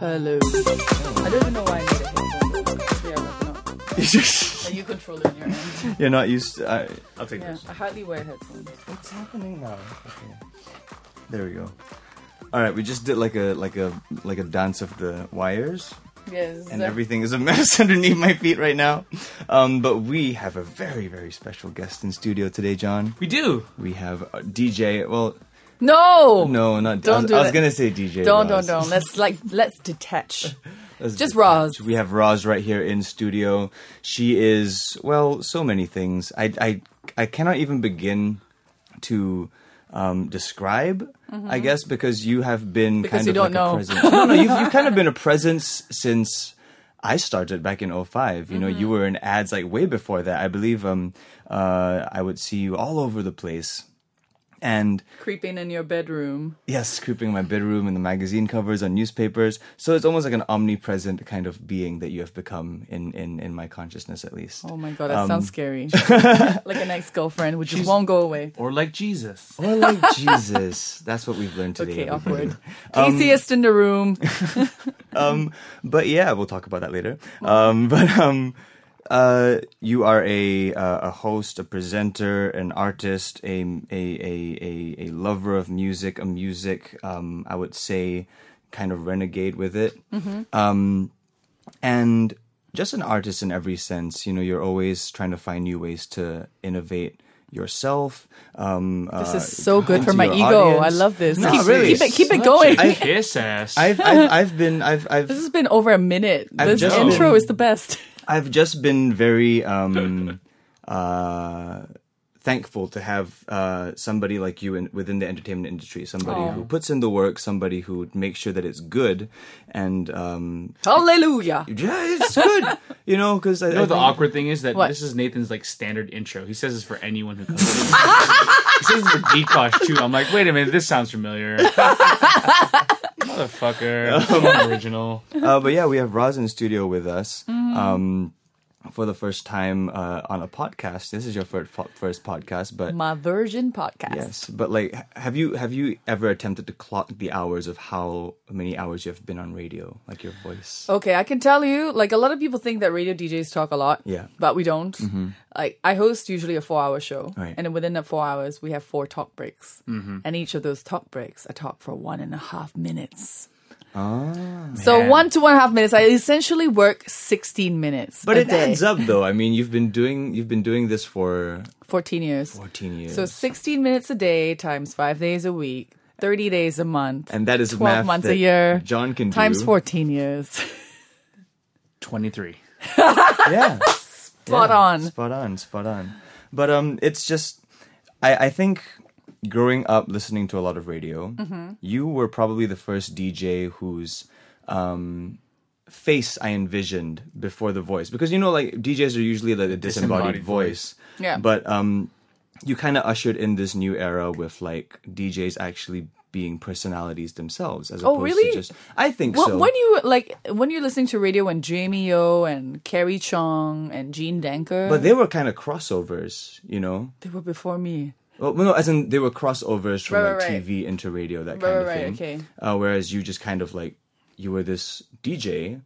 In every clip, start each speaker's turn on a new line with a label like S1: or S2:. S1: Hello. I don't even know why I need a headphone. Yeah, that's not. Are you controlling your end?
S2: You're not used to. I,
S3: I'll take
S1: Yeah,
S3: this.
S1: I hardly wear headphones.
S2: What's happening now? Okay. There we go. All right, we just did like a like a like a dance of the wires,
S1: Yes.
S2: and everything is a mess underneath my feet right now. Um, but we have a very very special guest in studio today, John.
S3: We do.
S2: We have uh, DJ. Well,
S1: No.
S2: no, not.
S1: Don't
S2: I was,
S1: do
S2: I was
S1: that.
S2: gonna say DJ.
S1: Don't,
S2: Roz.
S1: don't, don't. Let's like let's detach.
S2: Let's
S1: Just
S2: do that.
S1: Roz.
S2: We have Roz right here in studio. She is well, so many things. I I I cannot even begin to um, describe. I guess because you have
S1: Mm-hmm.
S2: been
S1: Because
S2: kind
S1: you don't
S2: of like a
S1: know.
S2: presence. No, no, you've, you've kind of been a presence since. I started back in 05. You know,
S1: Mm-hmm.
S2: you were in ads like way before that. I believe um, uh, I would see you all over the place. And
S1: Creeping in your bedroom.
S2: Yes, creeping in my bedroom and the magazine covers on newspapers. So it's almost like an omnipresent kind of being that you have become in in, in my consciousness at least.
S1: Oh my god, that
S2: Um,
S1: sounds scary. like an ex-girlfriend which just won't go away.
S3: Or like Jesus.
S2: Or like Jesus. That's what we've learned
S1: Okay,
S2: today. everybody.
S1: awkward.
S2: Um,
S1: Atheist in the room.
S2: uh, But yeah, we'll talk about that later. Um, but um, uh, you are a uh, a host, a presenter, an artist, a a a a, a lover of music, a music. Um, I would say kind of renegade with it.
S1: Mm-hmm.
S2: Um, and just an artist in every sense. You know, you're always trying to find new ways to innovate yourself. Um,
S1: This
S2: uh,
S1: is so good for
S2: to
S1: my
S2: your
S1: ego. I
S2: audience.
S1: love this.
S2: No,
S1: keep,
S2: really.
S1: keep it keep it
S3: Such
S1: going.
S3: a kiss ass.
S2: I've, I've I've been I've I've
S1: This has been over a minute.
S2: I've
S1: this
S2: just
S1: intro
S2: been-
S1: is the best.
S2: I've just been very um, uh, thankful to have uh, somebody like you in, within the entertainment industry, somebody who puts in the work, somebody who makes sure that it's good, and um,
S1: Hallelujah.
S2: yeah, it's good. you know, because I,
S3: you know
S2: I
S3: what the
S2: think-
S3: awkward thing is that
S1: What?
S3: this is Nathan's like standard intro. He says this for anyone who comes. in. he says this for Decosh too. I'm like, wait a minute, this sounds familiar. Motherfucker, It's not original.
S2: uh, but yeah, we have Roz in studio with us. Um, for the first time uh, on a podcast, this is your first first podcast, but
S1: My Virgin podcast.
S2: Yes, but like, h- have you have you ever attempted to clock the hours of how many hours you have been on radio, like your voice?
S1: Okay, I can tell you, like a lot of people think that radio DJs talk a lot.
S2: Yeah. Mm-hmm.
S1: But we don't. Like I host usually a four hour show.
S2: Right. Mm-hmm.
S1: And then within that four hours we have four talk breaks. And each of those talk breaks I talk for one and a half minutes.
S2: Ah,
S1: so
S3: man.
S1: one to one and a half minutes. I essentially work sixteen minutes.
S2: But
S1: a
S2: it
S1: day,
S2: adds up, though. I mean, you've been doing you've been doing this for
S1: fourteen years.
S2: fourteen years,
S1: So sixteen minutes a day times five days a week, thirty days a month.
S2: and that is
S1: twelve
S2: math
S1: months
S2: that
S1: a year.
S2: John can
S1: times
S2: do.
S1: fourteen years.
S3: Twenty three.
S2: Yeah,
S1: Spot
S2: Yeah,
S1: on.
S2: spot on, spot on. But um, it's just I I think growing up listening to a lot of radio,
S1: Mm-hmm.
S2: you were probably the first DJ whose um face I envisioned before the voice because you know like DJs are usually like a disembodied,
S3: Disembodied
S2: voice.
S1: Yeah.
S2: But um, you kind of ushered in this new era with like DJs actually being personalities themselves as
S1: Oh,
S2: opposed
S1: really?
S2: to just I think
S1: Well,
S2: so.
S1: when you like when you're listening to radio when Jamie O and Carrie Chong and Gene Danker,
S2: but they were kind of crossovers, you know.
S1: they were before me.
S2: Well, no, as in they were crossovers from
S1: Right,
S2: like
S1: right, right.
S2: TV into radio,
S1: Right,
S2: that kind of
S1: right, right,
S2: thing.
S1: okay.
S2: Uh, whereas you just kind of like you were this DJ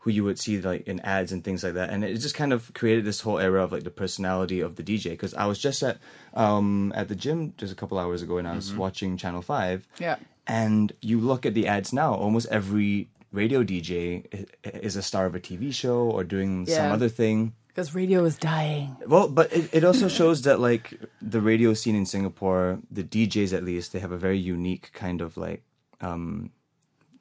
S2: who you would see like in ads and things like that, and it just kind of created this whole era of like the personality of the DJ. Because I was just at um, at the gym just a couple hours ago, and I was watching Channel Five.
S1: Mm-hmm. Yeah.
S2: And you look at the ads now; almost every radio DJ i- is a star of a TV show or doing some
S1: Yeah.
S2: other thing.
S1: Because radio is dying.
S2: Well, but it, it also shows that like the radio scene in Singapore, the DJs at least, they have a very unique kind of like um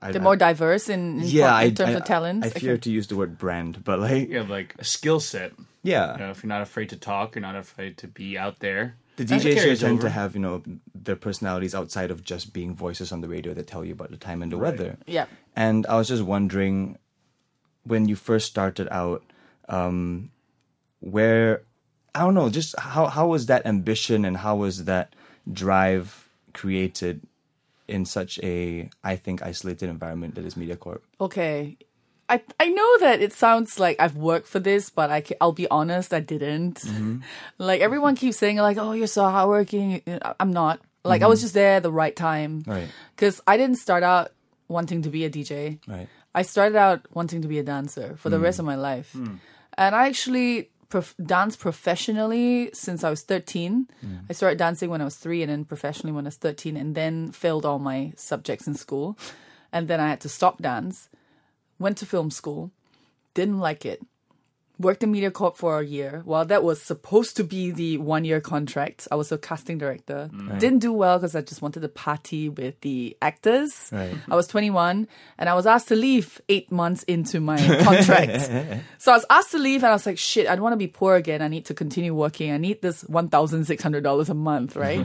S2: I,
S1: They're
S2: I-
S1: more diverse in, in,
S2: yeah,
S1: in
S2: I,
S1: terms
S2: I,
S1: of talents.
S2: I fear to use the word brand, but like
S3: You have like a skill set.
S2: yeah.
S3: You know, if you're not afraid to talk, you're not afraid to be out there.
S2: The
S3: That
S2: DJs here
S3: carries
S2: tend
S3: over.
S2: to have, you know, their personalities outside of just being voices on the radio that tell you about the time and the weather.
S1: Yeah.
S2: And I was just wondering when you first started out, um, where I don't know, just how how was that ambition and how was that drive created in such a I think isolated environment that is Media Corp?
S1: Okay. I, I know that it sounds like I've worked for this, but I, ca- I'll be honest, I didn't.
S2: Mm-hmm.
S1: like everyone keeps saying, like, "Oh, you're so Uh, hardworking." I- I'm not. Like I was just there at the right time.
S2: Mm-hmm. Right.
S1: Because I didn't start out wanting to be a DJ.
S4: Right.
S1: I started out wanting to be a dancer for the rest of my life. And I actually prof- danced professionally since I was 13. I started dancing when I was three and then professionally when I was 13, and then failed all my subjects in school. And then I had to stop dance, went to film school, didn't like it. Worked in Media Corp for a year. While that was supposed to be the one year contract, I was a casting director. Didn't do well because I just wanted to party with the actors.
S4: Right.
S1: I was 21 and I was asked to leave eight months into my contract. so I was asked to leave and I was like, shit, I don't want to be poor again. I need to continue working. I need this $1,600 a month, right?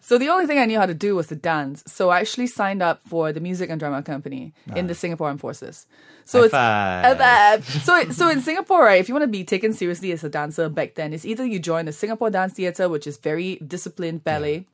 S1: So the only thing I knew how to do was to dance. So I actually signed up for the music and drama company in the Singapore Armed Forces. So it's
S4: five.
S1: High five. so it- so in Singapore, right? If you want to be taken seriously as a dancer back then, it's either you join the Singapore Dance Theatre, which is very disciplined ballet.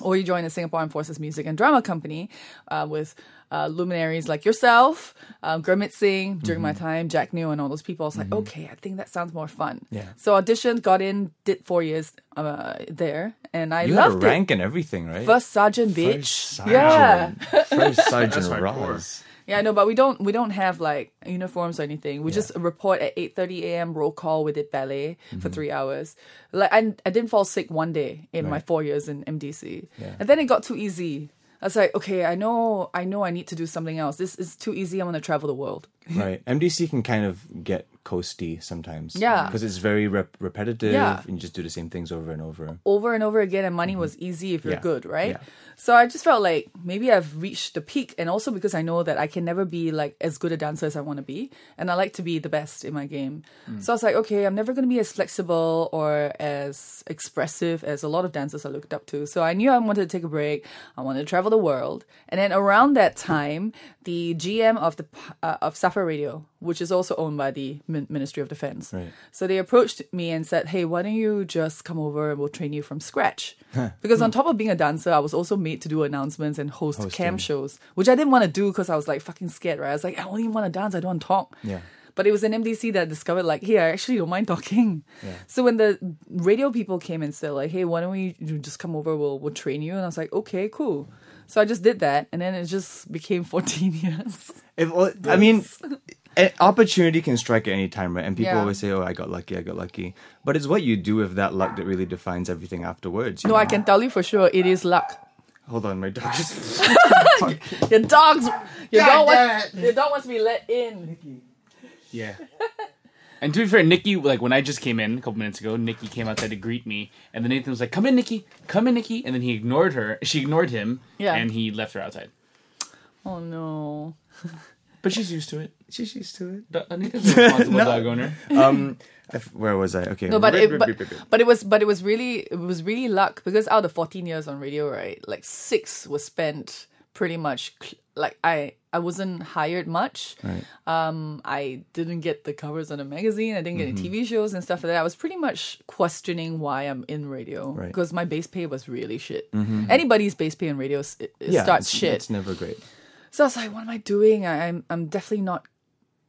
S1: Or you join the Singapore Armed Forces Music and Drama Company uh, with uh, luminaries like yourself, um, Gurmit Singh during my
S4: Mm-hmm.
S1: time, Jack New, and all those people. I was like, okay, I think that sounds more fun.
S4: Yeah.
S1: So auditioned, got in, did four years uh, there, and I
S4: You had a
S1: loved it.
S4: rank and everything, right?
S1: First sergeant, bitch.
S4: sergeant.
S1: Yeah,
S4: First Sergeant
S3: That's my poor.
S4: Ross.
S1: yeah, I know, but we don't we don't have like uniforms or anything. We just report at eight thirty a.m. roll call. We did ballet for three hours. Like I, I didn't fall sick one day in my four years in MDC, and then it got too easy. I was like, okay, I know, I know, I need to do something else. This is too easy. I'm gonna travel the world.
S4: Right. MDC can kind of get coasty sometimes.
S1: Yeah.
S4: Because it's very rep- repetitive
S1: Yeah.
S4: and you just do the same things over and over.
S1: over and over again and money was easy if you're
S4: Mm-hmm. Yeah.
S1: good, right?
S4: Yeah.
S1: So I just felt like maybe I've reached the peak and also because I know that I can never be like as good a dancer as I want to be and I like to be the best in my game.
S4: Mm.
S1: So I was like, okay, I'm never going to be as flexible or as expressive as a lot of dancers I looked up to. So I knew I wanted to take a break. I wanted to travel the world. And then around that time, the GM of the p- uh, of Safa Radio, which is also owned by the Min- Ministry of Defense.
S4: Right.
S1: So they approached me and said, "Hey, why don't you just come over and we'll train you from scratch?" because on top of being a dancer, I was also made to do announcements and host cam shows, which I didn't want to do because I was like fucking scared. Right? I was like, I only want to dance. I don't want to talk.
S4: Yeah.
S1: But it was in MDC that I discovered, like, hey, I actually don't mind talking. So when the radio people came and said, like, hey, why don't we you just come over? We'll we'll train you. And I was like, okay, cool. So I just did that, and then it just became 14 years.
S4: If, well, I mean, an opportunity can strike at any time, right? And people
S1: Yeah.
S4: always say, oh, I got lucky, I got lucky. But it's what you do with that luck that really defines everything afterwards. you
S1: No,
S4: know?
S1: I can tell you for sure, it is luck.
S4: Hold on, my dog just.
S1: Your dog's your
S3: God
S1: dog, wants,
S3: damn
S1: your dog wants to be let in.
S3: Yeah. And to be fair, Nikki, like when I just came in a couple minutes ago, Nikki came outside to greet me, and then Nathan was like, "Come in, Nikki, come in, Nikki," and then he ignored her. She ignored him,
S1: Yeah.
S3: and he left her outside.
S1: Oh no.
S3: But she's used to it.
S4: She's used to it.
S3: Do- Nathan's a responsible dog owner.
S4: Um, I f- where was I? Okay.
S1: No, but
S4: Rip,
S1: it,
S4: rip,
S1: but,
S4: rip, rip, rip.
S1: but it was but it was really it was really luck because out of 14 years on radio, right? Like 6 was spent pretty much cl- like I I wasn't hired much.
S4: Right.
S1: I didn't get the covers on a magazine. I didn't get
S4: Mm-hmm.
S1: any TV shows and stuff like that. I was pretty much questioning why I'm in
S4: Right.
S1: radio
S4: Mm-hmm.
S1: because my base pay was really shit. Anybody's base pay in radio s- it, it
S4: Yeah,
S1: starts
S4: it's-
S1: shit.
S4: It's never great.
S1: So I was like, what am I doing? I, I'm I'm definitely not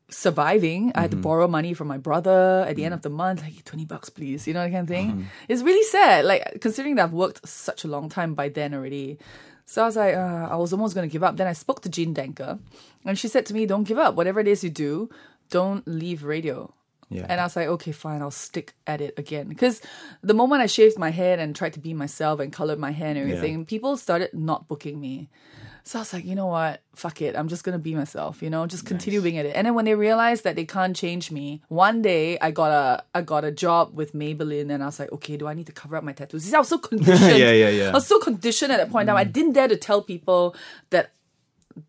S1: surviving. I had to borrow money from my brother at the end of the month, like twenty bucks, please. You know that kind of thing. It's really sad. Like considering that I've worked such a long time by then already. So I was like, uh, I was almost gonna give up. Then I spoke to Jean Denker, and she said to me, "Don't give up. Whatever it is you do, don't leave radio."
S4: Yeah.
S1: And I was like, okay, fine, I'll stick at it again. Because the moment I shaved my head and tried to be myself and colored my hair and everything, people started not booking me. So I was like, you know what? Fuck it. I'm just going to be myself, you know, just continue being at it. And then when they realized that they can't change me, one day I got a I got a job with Maybelline and I was like, okay, do I need to cover up my tattoos? See, I was so conditioned.
S4: Yeah, yeah, Mm. yeah.
S1: I was so conditioned at that point. Now I didn't dare to tell people that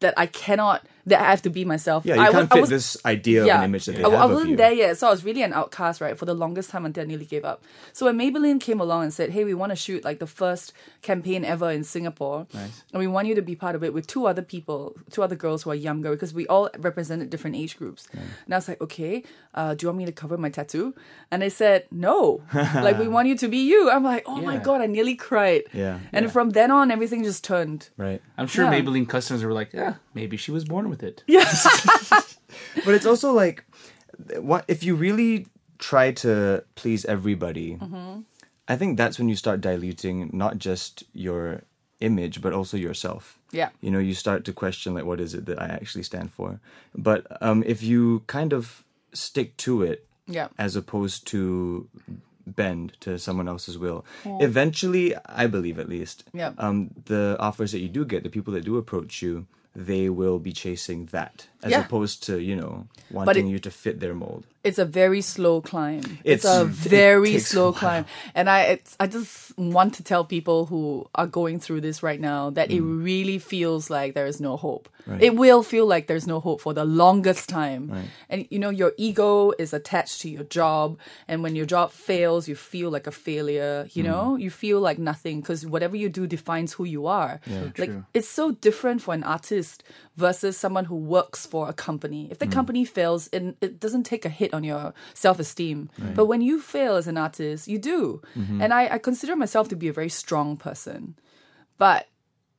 S1: that I cannot that I have to be myself.
S4: Yeah, you
S1: I, wa-
S4: can't
S1: I
S4: fit
S1: was-
S4: this idea of an image that they
S1: I,
S4: have
S1: I
S4: of
S1: wasn't
S4: you.
S1: there yet, so I was really an outcast, right, for the longest time until I nearly gave up. So when Maybelline came along and said, "Hey, we want to shoot like the first campaign ever in Singapore, and we want you to be part of it with two other people, two other girls who are younger, because we all represented different age groups." And I was like, "Okay, uh, do you want me to cover my tattoo?" And they said, "No, like we want you to be you." I'm like, "Oh my
S3: Yeah.
S1: god!" I nearly cried.
S4: Yeah.
S1: And from then on, everything just turned.
S4: Right.
S3: I'm sure
S1: Yeah.
S3: Maybelline customers were like, "Yeah, maybe she was born with it."
S4: but it's also like th- what if you really try to please everybody i think that's when you start diluting not just your
S2: image but also yourself
S1: Yeah.
S2: you know you start to question like what is it that i actually stand for but um if you kind of stick to it
S1: Yeah.
S2: as opposed to bend to someone else's will eventually i believe at least
S1: Yeah.
S2: um the offers that you do get the people that do approach you they will be chasing that as
S1: Yeah.
S2: opposed to you know wanting
S1: it-
S2: you to fit their mold
S1: it's a very slow climb. It's,
S2: It's-
S1: a
S2: it
S1: very
S2: takes a
S1: slow
S2: while.
S1: climb, and I it's, I just want to tell people who are going through this right now that it
S2: Mm.
S1: really feels like there is no hope. It will feel like there's no hope for the longest time, and you know your ego is attached to your job, and when your job fails, you feel like a failure. You know, you feel like nothing because whatever you do defines who you are. like it's so different for an artist versus someone who works for a company. If the company fails, and it doesn't take a hit on your self esteem. But when you fail as an artist, you do. And I, I consider myself to be a very strong person. But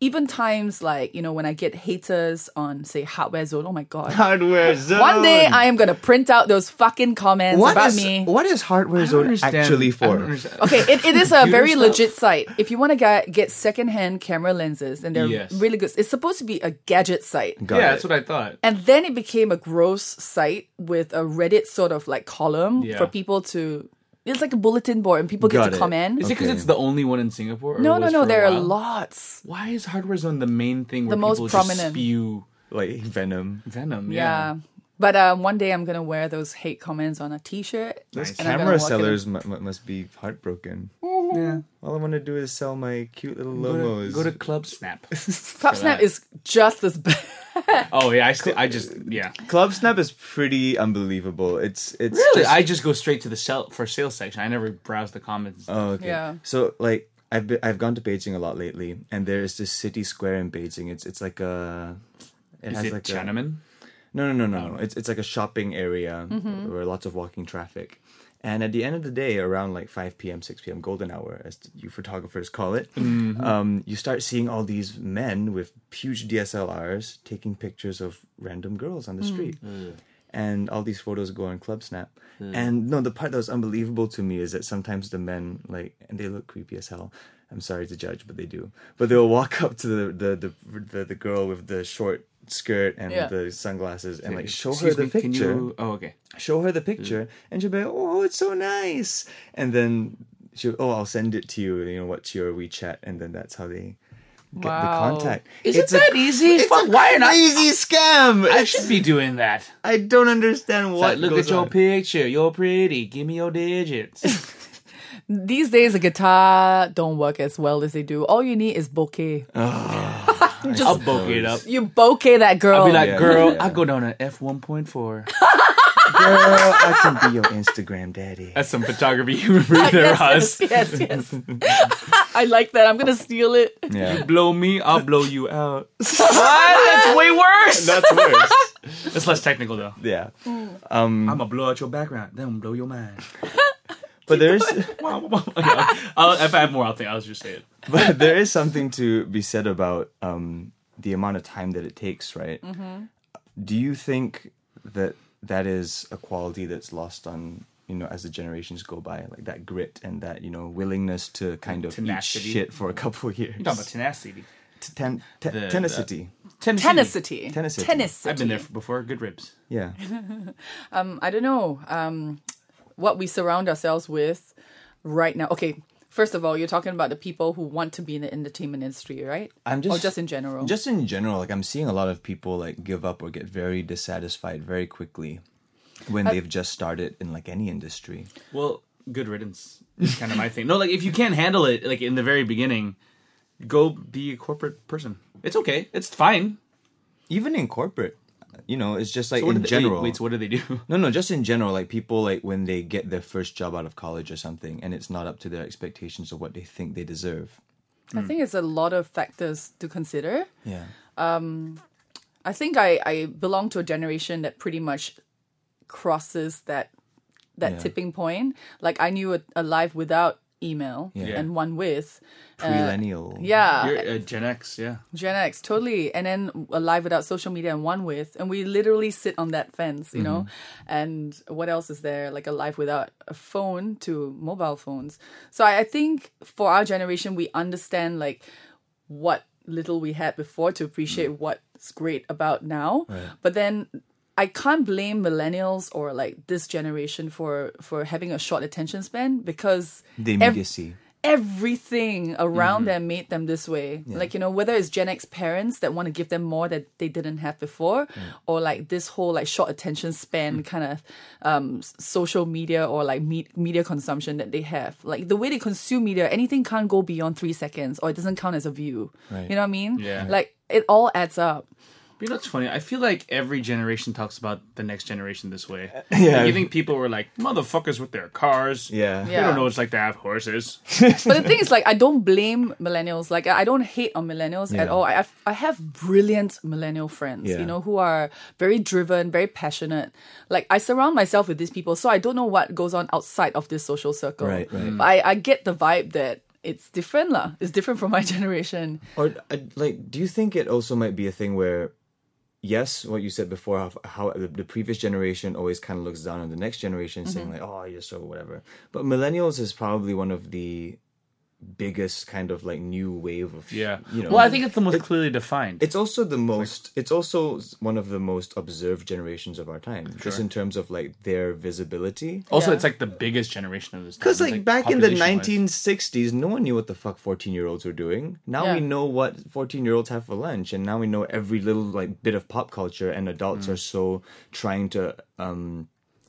S1: even times like, you know, when I get haters on, say, Hardware Zone, oh my God.
S2: hardware zone
S1: One day I am going to print out those fucking comments
S2: What
S1: about
S2: is-
S1: me.
S2: what is hardware zone actually for
S1: Okay, it, it is a very
S3: stuff?
S1: legit site. If you want to get, get secondhand camera lenses, then they're
S3: Yes.
S1: really good. It's supposed to be a gadget site.
S2: Got
S3: Yeah,
S2: it.
S3: that's what I thought.
S1: And then it became a gross site with a Reddit sort of like column
S3: Yeah.
S1: for people to. It's like a bulletin board, and people
S2: Got
S1: get to
S2: it.
S1: comment.
S3: Is it because
S2: Okay.
S3: it's the only one in Singapore? Or
S1: no, no,
S3: was
S1: no.
S3: for a
S1: There are
S3: while?
S1: lots.
S3: Why is Hardware Zone the main thing where
S1: The most
S3: people just
S1: prominent.
S3: spew
S2: like venom
S3: venom?
S1: Yeah.
S3: Yeah.
S1: But um, one day I'm gonna wear those hate comments on a T-shirt.
S2: Those
S1: And I'm gonna
S2: camera
S1: walk
S2: sellers mu- mu- must be heartbroken.
S3: yeah.
S2: All I want to do is sell my cute little
S3: Go,
S2: lomos.
S3: to, go to Club Snap.
S1: Pop Snap
S3: that.
S1: is just as bad.
S3: oh yeah, I still, I just yeah.
S2: Club Snap is pretty unbelievable. It's it's
S3: Really,
S2: just-
S3: I just go straight to the sell for sale section. I never browse the comments.
S2: oh, okay.
S1: Yeah.
S2: So like I've been, I've gone to Beijing a lot lately, and there is this city square in Beijing. It's it's like a. It
S3: is
S2: has
S3: it
S2: like a,
S3: Chinaman?
S2: No, no, no, no. no. It's it's like a shopping area where lots of walking traffic. And at the end of the day, around like 5 p.m., 6 p.m., golden hour, as you photographers call it, um, you start seeing all these men with huge DSLRs taking pictures of random girls on the street. And all these photos go on Club Snap. And no, the part that was unbelievable to me is that sometimes the men, like, and they look creepy as hell. I'm sorry to judge, but they do. But they'll walk up to the the the, the, the girl with the short skirt and
S1: Yeah.
S2: the sunglasses and like show her
S3: Excuse
S2: the
S3: me, can
S2: picture
S3: you? Oh okay.
S2: show her the picture and she'll be like oh it's so nice and then she'll oh i'll send it to you you know what's your wechat and then that's how they get
S1: Wow.
S2: the contact
S3: Isn't
S2: it's
S3: that
S2: a,
S3: easy?
S2: it's
S3: Fuck,
S2: a
S3: why are not-
S2: crazy scam
S3: I
S2: I,
S3: should be doing that.
S2: I don't understand what
S3: Like, look
S2: goes
S3: at your
S2: on.
S3: picture. You're pretty. Give me your digits.
S1: These days, a guitar don't work as well as they do. All you need is bokeh.
S2: Uh.
S3: I'll bulk it up.
S1: You bokeh that girl.
S3: I'll be like,
S2: Oh, yeah,
S3: girl,
S2: yeah.
S3: I go down to F one point four.
S2: girl i can be your instagram daddy
S3: That's some photography humor right there,
S1: yes,
S3: Oz.
S1: yes, yes, yes. I like that. I'm gonna steal it.
S2: yeah
S3: Blow me, I'll blow you out. what? That's way worse.
S2: that's worse
S3: It's less technical though.
S2: yeah
S3: I'm gonna blow out your background, then I'm gonna blow your mind.
S2: but there's
S3: I'll, if I have more, I'll think. I'll just say it.
S2: but there is something to be said about um, the amount of time that it takes, right?
S3: Mm-hmm.
S2: Do you think that that is a quality that's lost on you know as the generations go by, like that grit and that you know willingness to kind of
S3: Tenacity.
S2: eat shit for a couple of years?
S3: You're talking about tenacity.
S2: T- ten- te-
S3: the-
S2: tenacity,
S1: Tenacity.
S2: Tenacity.
S1: Tenacity. Mm,
S3: I've been there before. Good ribs.
S2: yeah,
S1: I don't know um, what we surround ourselves with right now. Okay, first of all, you're talking about the people who want to be in the entertainment industry, right?
S2: I'm
S3: Oh,
S2: just-
S1: or just in general.
S2: just in general. Like I'm seeing a lot of people like give up or get very dissatisfied very quickly
S3: Uh,
S2: when they've just started in like any industry.
S3: Well, good riddance. Is kind of my thing. No, like if you can't handle it, like in the very beginning, go be a corporate person. It's okay. It's fine.
S2: even in corporate you know it's just like
S3: So what do
S2: in
S3: they-
S2: general
S3: Wait, wait, so what do they do?
S2: no no just in general like people like when they get their first job out of college or something and it's not up to their expectations of what they think they deserve
S1: I
S2: Mm.
S1: think it's a lot of factors to consider.
S2: yeah
S1: I think I, I belong to a generation that pretty much crosses that that
S2: Yeah.
S1: tipping point. Like I knew a, a life without email
S2: Yeah.
S1: and one with.
S2: millennial
S1: Uh, Yeah.
S3: You're uh, Gen X, yeah.
S1: Gen X, totally. And then alive without social media and one with. And we literally sit on that fence, you know? And what else is there? Like a life without a phone to mobile phones. So I, I think for our generation, we understand like what little we had before to appreciate what's great about now. But then I can't blame millennials or like this generation for for having a short attention span because
S2: The
S1: ev-
S2: immediacy.
S1: everything around them made them this way. Like, you know, whether it's Gen X parents that want to give them more that they didn't have before, or like this whole like short attention span kind of um, s- social media or like me- media consumption that they have. Like the way they consume media, anything can't go beyond three seconds or it doesn't count as a view.
S2: Right.
S1: You know what I mean?
S3: Yeah.
S1: Like it all adds up.
S3: You know what's funny? I feel like every generation talks about the next generation this way.
S2: yeah.
S3: Like, you think people were like, motherfuckers with their cars.
S2: Yeah.
S3: They
S1: Yeah.
S3: don't know what it's like to have horses.
S1: but the thing is, like, I don't blame millennials. Like, I don't hate on millennials at
S2: Yeah.
S1: all. I have, I have brilliant millennial friends,
S2: Yeah.
S1: you know, who are very driven, very passionate. Like, I surround myself with these people, so I don't know what goes on outside of this social circle.
S2: Right, right.
S1: But I, I get the vibe that it's different, lah. It's different from my generation.
S2: Or uh, like, do you think it also might be a thing where, yes, what you said before, how, how the, the previous generation always kind of looks down on the next generation,
S1: Mm-hmm.
S2: saying like, "Oh, you're so whatever." But millennials is probably one of the biggest kind of like new wave of
S3: Yeah.
S2: you know
S3: well, I think it's the most clearly defined.
S2: it's also the most it's also one of the most observed generations of our time just in terms of like their visibility
S3: also,
S1: Yeah.
S3: it's like the biggest generation of this.
S2: because
S3: time.
S2: like,
S3: It's,
S2: back in the
S3: population-wise.
S2: 1960s no one knew what the fuck 14 year olds were doing now we
S1: Yeah.
S2: know what 14 year olds have for lunch and now we know every little like bit of pop culture and adults are so trying to um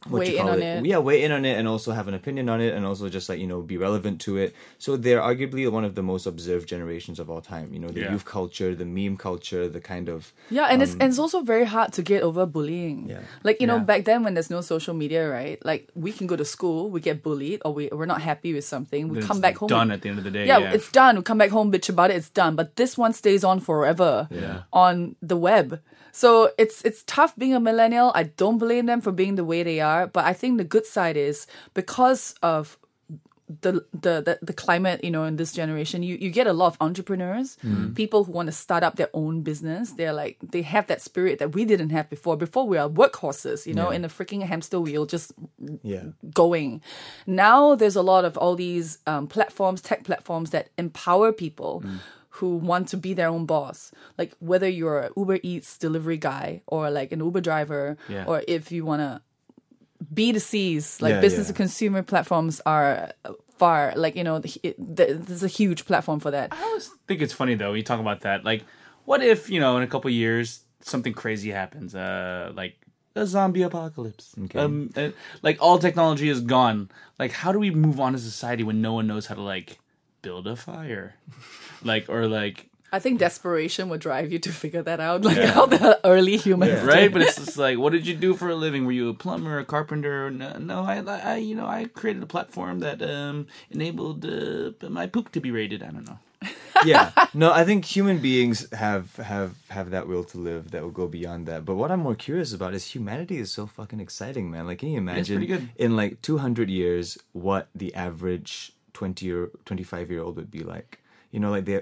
S2: what
S1: Weigh
S2: you
S1: in
S2: call
S1: on
S2: it?
S1: it.
S2: yeah weigh in on it and also have an opinion on it and also just like you know be relevant to it so they're arguably one of the most observed generations of all time you know the
S3: Yeah.
S2: youth culture the meme culture the kind of
S1: Yeah, and it's and it's also very hard to get over bullying.
S2: Um, Yeah.
S1: Like, you know,
S3: Yeah.
S1: back then when there's no social media, right? Like we can go to school, we get bullied, or we, we're not happy with something, we
S3: It's
S1: come back home.
S3: Done at the end of the day.
S1: yeah, it's done. We come back home, bitch about it. It's done. But this one stays on forever on the web. So it's it's tough being a millennial. I don't blame them for being the way they are. But I think the good side is because of the the the, the climate, you know, in this generation, you, you get a lot of entrepreneurs, people who want to start up their own business. They're like they have that spirit that we didn't have before. Before we are workhorses, you know, in a freaking hamster wheel, just
S2: yeah
S1: going. Now there's a lot of all these um, platforms, tech platforms that empower people who want to be their own boss. Like whether you're an Uber Eats delivery guy or like an Uber driver,
S3: Yeah.
S1: or if you want to B to C's, like
S2: Yeah,
S1: business
S2: yeah.
S1: to consumer platforms are far like you know it, th- there's a huge platform for that.
S3: I always think it's funny though. You talk about that. Like, what if you know in a couple years something crazy happens? Uh, like a zombie apocalypse. Um, uh, like all technology is gone. Like, how do we move on as a society when no one knows how to like build a fire? like or like
S1: I think desperation would drive you to figure that out, like how the early humans did.
S3: right? But it's just like, what did you do for a living? Were you a plumber, a carpenter? No, no I, I, I- you know, I created a platform that um enabled uh, my poop to be rated. I don't know.
S2: yeah no i think human beings have have have that will to live that will go beyond that but what i'm more curious about is humanity is so fucking exciting man like can you imagine
S3: pretty good.
S2: in like 200 years what the average 20 or 25 year old would be like you know like they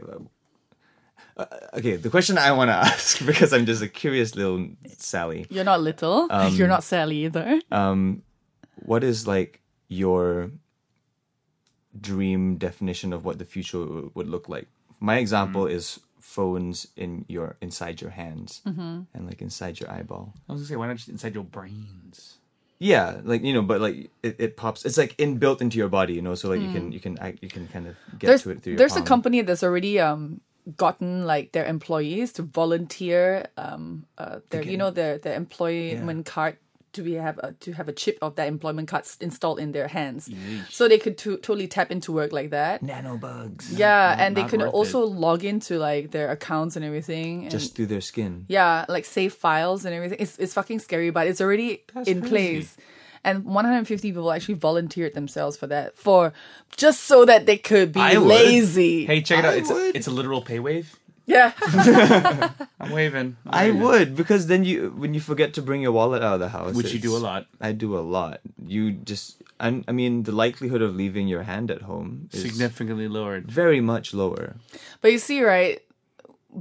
S2: uh, okay the question i want to ask because i'm just a curious little sally
S1: You're not little.
S2: Um,
S1: you're not Sally either.
S2: what is like your dream definition of what the future w- would look like my example
S3: Mm.
S2: is phones in your inside your hands
S1: Mm-hmm.
S2: and like inside your eyeball
S3: I was gonna say, why not just inside your brains?
S2: yeah like you know but like it, it pops it's like inbuilt into your body you know so like you can you can act you can kind of
S1: Mm.
S2: get
S1: there's,
S2: to it through
S1: there's a
S2: your palm.
S1: company that's already um gotten like their employees to volunteer um uh their you know their their employment card to be have a, to have a chip of that employment card s- installed in their hands so they could to- totally tap into work like that
S2: nanobugs
S1: yeah and they
S3: not
S1: could
S3: worth
S1: also log into like their accounts and everything and
S2: just through their skin
S1: yeah like save files and everything it's, it's fucking scary but it's already in
S3: crazy.
S1: place and 150 people actually volunteered themselves for that for just so that they could be
S2: I would.
S1: lazy
S3: Hey, check it out.
S2: I
S3: It's a,
S2: would.
S3: it's a literal pay wave.
S1: yeah
S3: I'm waving. I'm
S2: i
S3: waving.
S2: would because then you when you forget to bring your wallet out of the house
S3: Which you do a
S2: it's-
S3: lot.
S2: i do a lot you just i, I mean the likelihood of leaving your hand at home is
S3: Significantly lowered.
S2: very much lower
S1: But you see, right?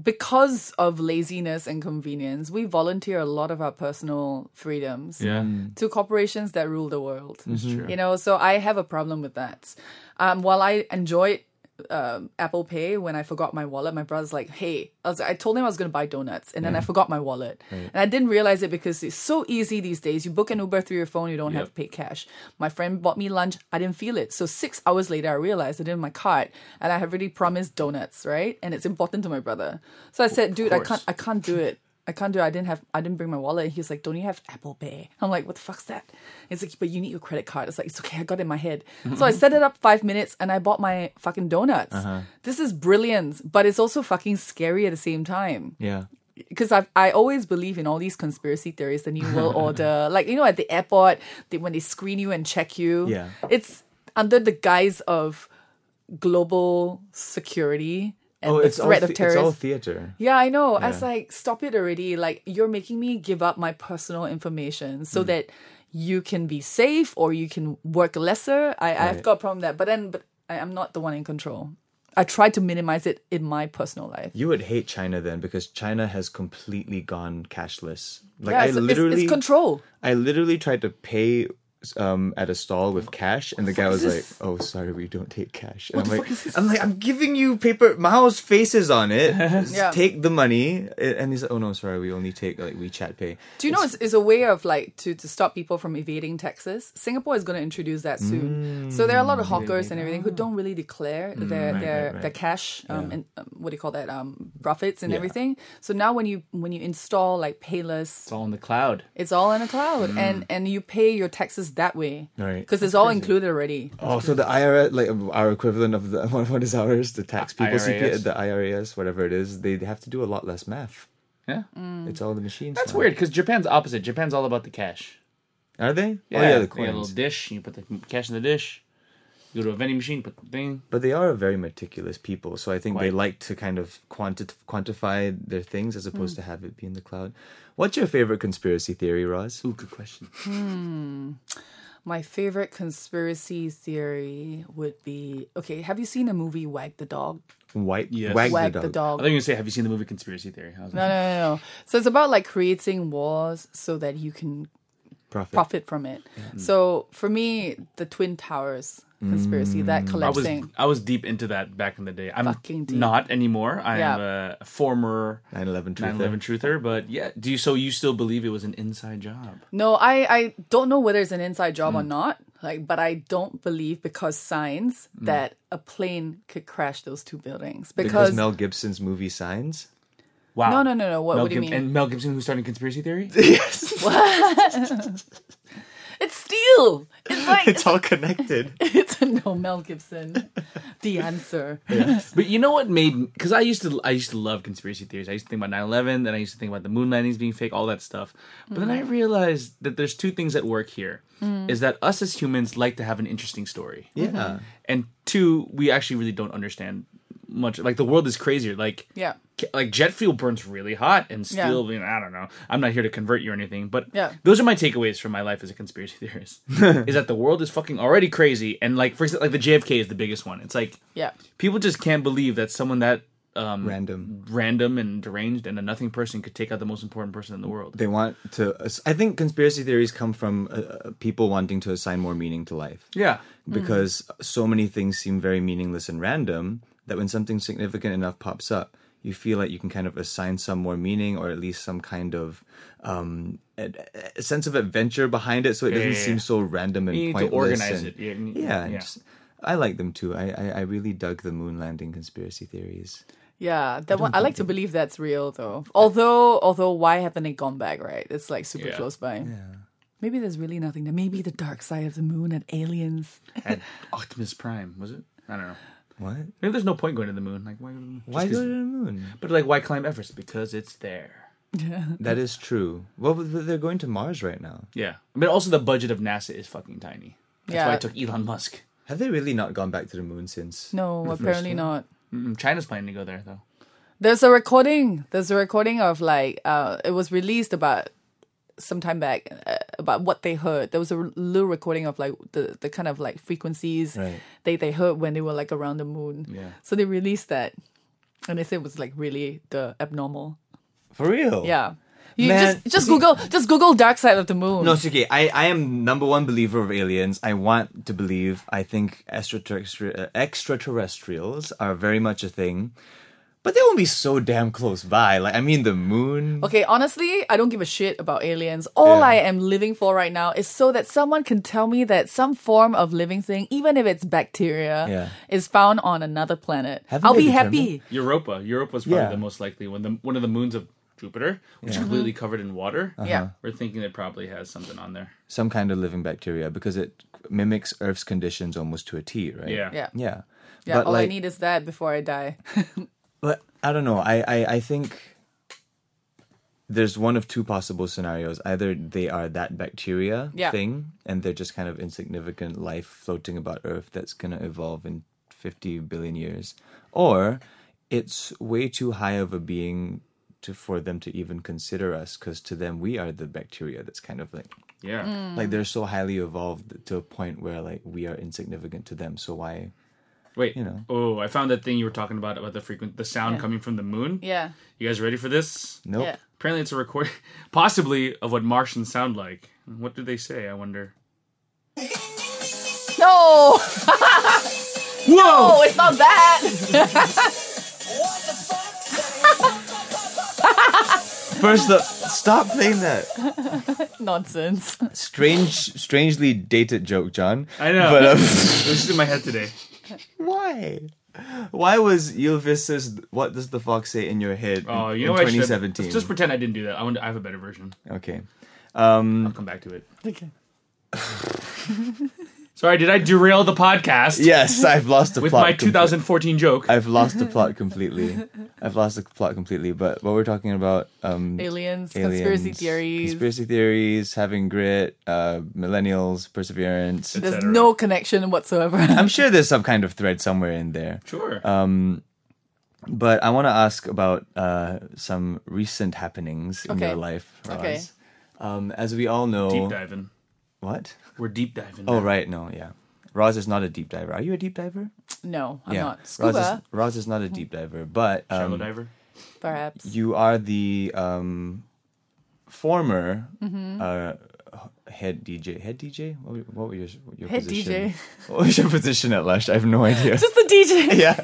S1: Because of laziness and convenience, we volunteer a lot of our personal freedoms
S3: Yeah.
S1: to corporations that rule the world.
S3: true.
S1: You know, so I have a problem with that. Um, while I enjoyed um, Apple Pay when I forgot my wallet. My brother's like, "Hey," I, was, I told him I was going to buy donuts, and then I forgot my wallet, and I didn't realize it because it's so easy these days. You book an Uber through your phone, you don't have to pay cash. My friend bought me lunch, I didn't feel it, so six hours later, I realized I didn't have my card, and I have already promised donuts, right? And it's important to my brother, so I said, "Dude, I
S2: course.
S1: can't, I can't do it." I can't do it. I didn't have I didn't bring my wallet. He was like, Don't you have Apple Pay? I'm like, What the fuck's that? It's like, but you need your credit card. It's like, it's okay, I got it in my head. So I set it up five minutes and I bought my fucking donuts.
S2: Uh-huh.
S1: This is brilliant, but it's also fucking scary at the same time.
S2: Yeah.
S1: Because I've I always believe in all these conspiracy theories, the New World Order. Like, you know, at the airport, they when they screen you and check you.
S2: Yeah.
S1: It's under the guise of global security and
S2: Oh,
S1: the
S2: it's all,
S1: threat of
S2: the-
S1: terrorism.
S2: it's all theater.
S1: Yeah, I know. I was like, stop it already. Like, you're making me give up my personal information
S2: Mm.
S1: so that you can be safe or you can work lesser. I, I've
S2: Right.
S1: got a problem with that. But then, but I, I'm not the one in control. I try to minimize it in my personal life.
S2: You would hate China then because China has completely gone cashless. Like
S1: yeah,
S2: I
S1: it's, it's-
S2: literally
S1: it's control.
S2: I literally tried to pay um, at a stall with cash, and the guy was
S1: is
S2: like,
S1: this?
S2: "Oh, sorry, we don't take cash." And I'm like, "I'm like, I'm giving you paper. Mao's faces on it. Just
S1: Yeah.
S2: Take the money." A- And he's like, "Oh no, sorry, we only take like WeChat Pay."
S1: Do you know it's, it's a way of like to, to stop people from evading taxes? Singapore is going to introduce that soon. so there are a lot of hawkers and everything who don't really declare their their,
S2: Mm, right,
S1: their
S2: right.
S1: cash um, and um, what do you call that um, profits and everything. So now when you when you install like Payless,
S3: It's all in the cloud.
S1: it's all in a cloud and and you pay your taxes that way
S2: Mm. Right.
S1: because it's all included already.
S2: Oh, so the IRS, like um, our equivalent of the what is ours, the tax people, CPA,
S3: IRAS.
S2: the IRS, whatever it is, they have to do a lot less math.
S3: Yeah.
S1: Mm.
S2: It's all the machines.
S3: Hmm. That's
S2: now.
S3: weird because Japan's opposite. Japan's all about the cash.
S2: Are they? oh yeah, the
S3: they got a little
S2: coins.
S3: dish. You put the cash in the dish. You go to a vending machine, put the thing.
S2: But they are a very meticulous people, so I think they
S3: Quite.
S2: like to kind of quanti- quantify their things as
S3: Hmm.
S2: opposed to have it be in the cloud. What's your favorite conspiracy theory, Roz?
S3: Ooh, good question.
S1: My favorite conspiracy theory would be okay. Have you seen the movie Wag the Dog?
S2: White
S3: Yes.
S2: wag,
S1: Wag
S2: the dog.
S3: I thought you were gonna say, have you seen the movie Conspiracy Theory? I was
S1: No,
S3: like,
S1: no, no, no. So it's about like creating wars so that you can
S2: Prophet.
S1: profit from it. So for me, the Twin Towers conspiracy, that
S3: I was
S1: collapsing.
S3: I was deep into that back in the day. I'm
S1: Fucking deep.
S3: not anymore. I
S1: Yeah.
S3: am a former
S2: 9/11 truther.
S3: 9/11 truther, but yeah. Do you so you still believe it was an inside job?
S1: No, I, I don't know whether it's an inside job or not. Like, but I don't believe because science that a plane could crash those two buildings because.
S2: Because Mel Gibson's movie Signs.
S3: Wow.
S1: No, no, no, no. What,
S3: Mel
S1: what do you
S3: Gib-
S1: mean?
S3: And Mel Gibson, who started Conspiracy Theory?
S1: It's steel. It's like
S2: It's all connected.
S1: it's a no Mel Gibson. The answer.
S3: But you know what made because I used to I used to love conspiracy theories. I used to think about 9-11, then I used to think about the moon landings being fake, all that stuff. But then I
S1: Mm.
S3: realized that there's two things at work here: is that us as humans like to have an interesting story,
S2: Yeah.
S3: and two, we actually really don't understand much. Like the world is crazier. Like
S1: Yeah.
S3: ca- like jet fuel burns really hot, and
S1: Yeah.
S3: steel. you know, I don't know. I'm not here to convert you or anything, but
S1: Yeah.
S3: those are my takeaways from my life as a conspiracy theorist: is that the world is fucking already crazy, and like for example, like the JFK is the biggest one. It's like
S1: Yeah.
S3: people just can't believe that someone that um,
S2: Random.
S3: random and deranged and a nothing person could take out the most important person in the world.
S2: They want to. I think conspiracy theories come from uh, uh, people wanting to assign more meaning to life.
S3: yeah,
S2: because so many things seem very meaningless and random that when something significant enough pops up, you feel like you can kind of assign some more meaning or at least some kind of um, a, a sense of adventure behind it, so it doesn't
S3: yeah,
S2: seem
S3: yeah.
S2: so random and
S3: You need to
S2: pointless.
S3: organize
S2: and-
S3: it. Yeah, you need-
S2: yeah. and
S3: yeah.
S2: just- I like them too. I, I I really dug the moon landing conspiracy theories.
S1: Yeah, that one. I like to believe that's real, though. Although, although, why haven't they gone back? Right, it's like super
S3: Yeah.
S1: close by. Maybe there's really nothing. There. Maybe the dark side of the moon and aliens.
S3: and Optimus Prime was it? I don't know.
S2: What?
S3: Maybe there's no point going to the moon. Like why? go to the moon? Just
S2: Why go
S3: 'cause-
S2: to the moon?
S3: But like why climb Everest? Because it's there.
S2: That is true. Well, but they're going to Mars right now.
S3: Yeah. I mean, also the budget of NASA is fucking tiny. That's why
S1: Yeah.
S3: it took Elon Musk.
S2: Have they really not gone back to the moon since?
S1: No, apparently not.
S3: Mm, China's planning to go there though.
S1: There's a recording. There's a recording of like uh, it was released about some time back uh, about what they heard. There was a r- little recording of like the, the kind of like frequencies
S2: Right.
S1: they they heard when they were like around the moon.
S3: Yeah.
S1: So they released that, and they said it was like really the abnormal.
S2: For real?
S1: Yeah. You
S2: Man,
S1: just just
S2: see-
S1: Google just Google Dark Side of the Moon.
S2: No, it's okay. I, I am number one believer of aliens. I want to believe. I think extraterrestri- uh, extraterrestrials are very much a thing, but they won't be so damn close by. Like I mean, the moon.
S1: Okay, honestly, I don't give a shit about aliens. All I am living for right now is so that someone can tell me that some form of living thing, even if it's bacteria,
S2: Yeah.
S1: is found on another planet.
S2: Haven't
S1: I'll
S2: they
S1: be happy.
S2: determined?
S3: Europa. Europa was probably
S2: Yeah.
S3: the most likely one. The, one of the moons of Jupiter, which is completely covered in water.
S2: Uh-huh.
S1: Yeah.
S3: We're thinking it probably has something on there.
S2: Some kind of living bacteria because it mimics Earth's conditions almost to a T, right?
S3: Yeah.
S1: Yeah. Yeah.
S2: Yeah. but
S1: all I
S2: like,
S1: need is that before I die.
S2: But I don't know. I, I, I think there's one of two possible scenarios. Either they are that bacteria
S1: Yeah.
S2: thing and they're just kind of insignificant life floating about Earth that's going to evolve in 50 billion years, or it's way too high of a being. To, for them to even consider us, because to them we are the bacteria that's kind of like
S3: Yeah.
S1: Mm.
S2: like they're so highly evolved to a point where like we are insignificant to them. So why?
S3: Wait.
S2: know.
S3: Oh, I found that thing you were talking about about the frequent the sound coming from the moon.
S1: yeah.
S3: You guys ready for this?
S2: Nope.
S1: Yeah.
S3: Apparently, it's a record, possibly of what Martians sound like. What do they say? I wonder.
S1: No!
S3: Whoa!
S1: Oh, it's not that!
S2: First, the, stop playing that.
S1: Nonsense.
S2: strange, strangely dated joke, John.
S3: I know.
S2: But um,
S3: It was just in my head today.
S2: why? Why was Ulysses? What does the fox say in your head?
S3: Oh,
S2: in-
S3: you know
S2: in
S3: what? I should-
S2: 2017.
S3: Let's just pretend I didn't do that. I want. I have a better version.
S2: okay.
S3: I'll come back to it.
S1: Okay.
S3: Sorry, did I derail the podcast
S2: Yes, I've lost the
S3: with
S2: plot.
S3: my
S2: complete-
S3: 2014 joke?
S2: I've lost the plot completely. I've lost the plot completely. But what we're talking about, um,
S1: Aliens,
S2: aliens,
S1: conspiracy theories.
S2: conspiracy theories, having grit, uh, millennials, perseverance.
S1: There's
S3: cetera.
S1: no connection whatsoever.
S2: I'm sure there's some kind of thread somewhere in there.
S3: sure.
S2: But I want to ask about uh, some recent happenings in
S1: Okay.
S2: your life, Roz.
S1: Okay.
S2: Um, as we all know,
S3: deep diving.
S2: what?
S3: We're deep diving.
S2: Oh
S3: now.
S2: right, no, yeah. Roz is not a deep diver. Are you a deep diver?
S1: no, I'm
S2: yeah.
S1: not.
S2: Roz
S1: Scuba, Mm-hmm.
S2: is, Roz is not a deep diver, but
S3: shallow
S2: um,
S3: diver.
S1: perhaps.
S2: you are the um, former
S1: Mm-hmm.
S2: uh, head DJ. Head DJ? What, were- what were your your
S1: Head
S2: position?
S1: DJ.
S2: What was your position at Lush? I have no idea.
S1: Just the DJ.
S2: yeah,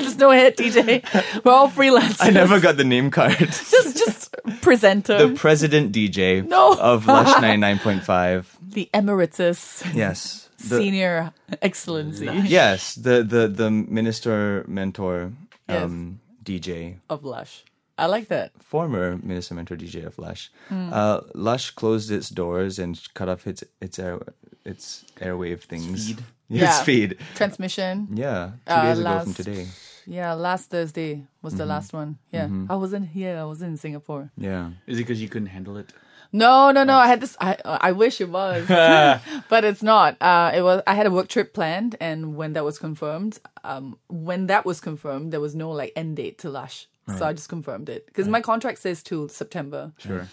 S1: Just no hit DJ. We're all freelancers.
S2: I never got the name card.
S1: just just presenter.
S2: the
S1: The,
S2: president DJ
S1: No.
S2: of Lush ninety nine point five.
S1: emeritus
S2: Yes. The,
S1: senior excellency
S2: Yes, the the the minister mentor
S1: Yes.
S2: um DJ,
S1: of Lush. I like that.
S2: former minister mentor DJ of Lush.
S1: Hmm.
S2: Uh Lush closed its doors and cut off its its air its airwave things.
S3: feed.
S2: Yeah, its
S1: Yeah.
S2: feed.
S1: Transmission.
S2: Yeah, two
S1: Uh,
S2: days ago from
S1: last-
S2: today.
S1: Yeah, last Thursday was
S2: Mm-hmm.
S1: the last one. Yeah. I wasn't here. I was in Singapore.
S2: Yeah.
S3: Is it because you couldn't handle it?
S1: No, no, no. I had this I I wish it was. but it's not. Uh it was I had a work trip planned and when that was confirmed, um when that was confirmed, there was no like end date to Lush. So I just confirmed it because my contract says till September.
S3: Sure.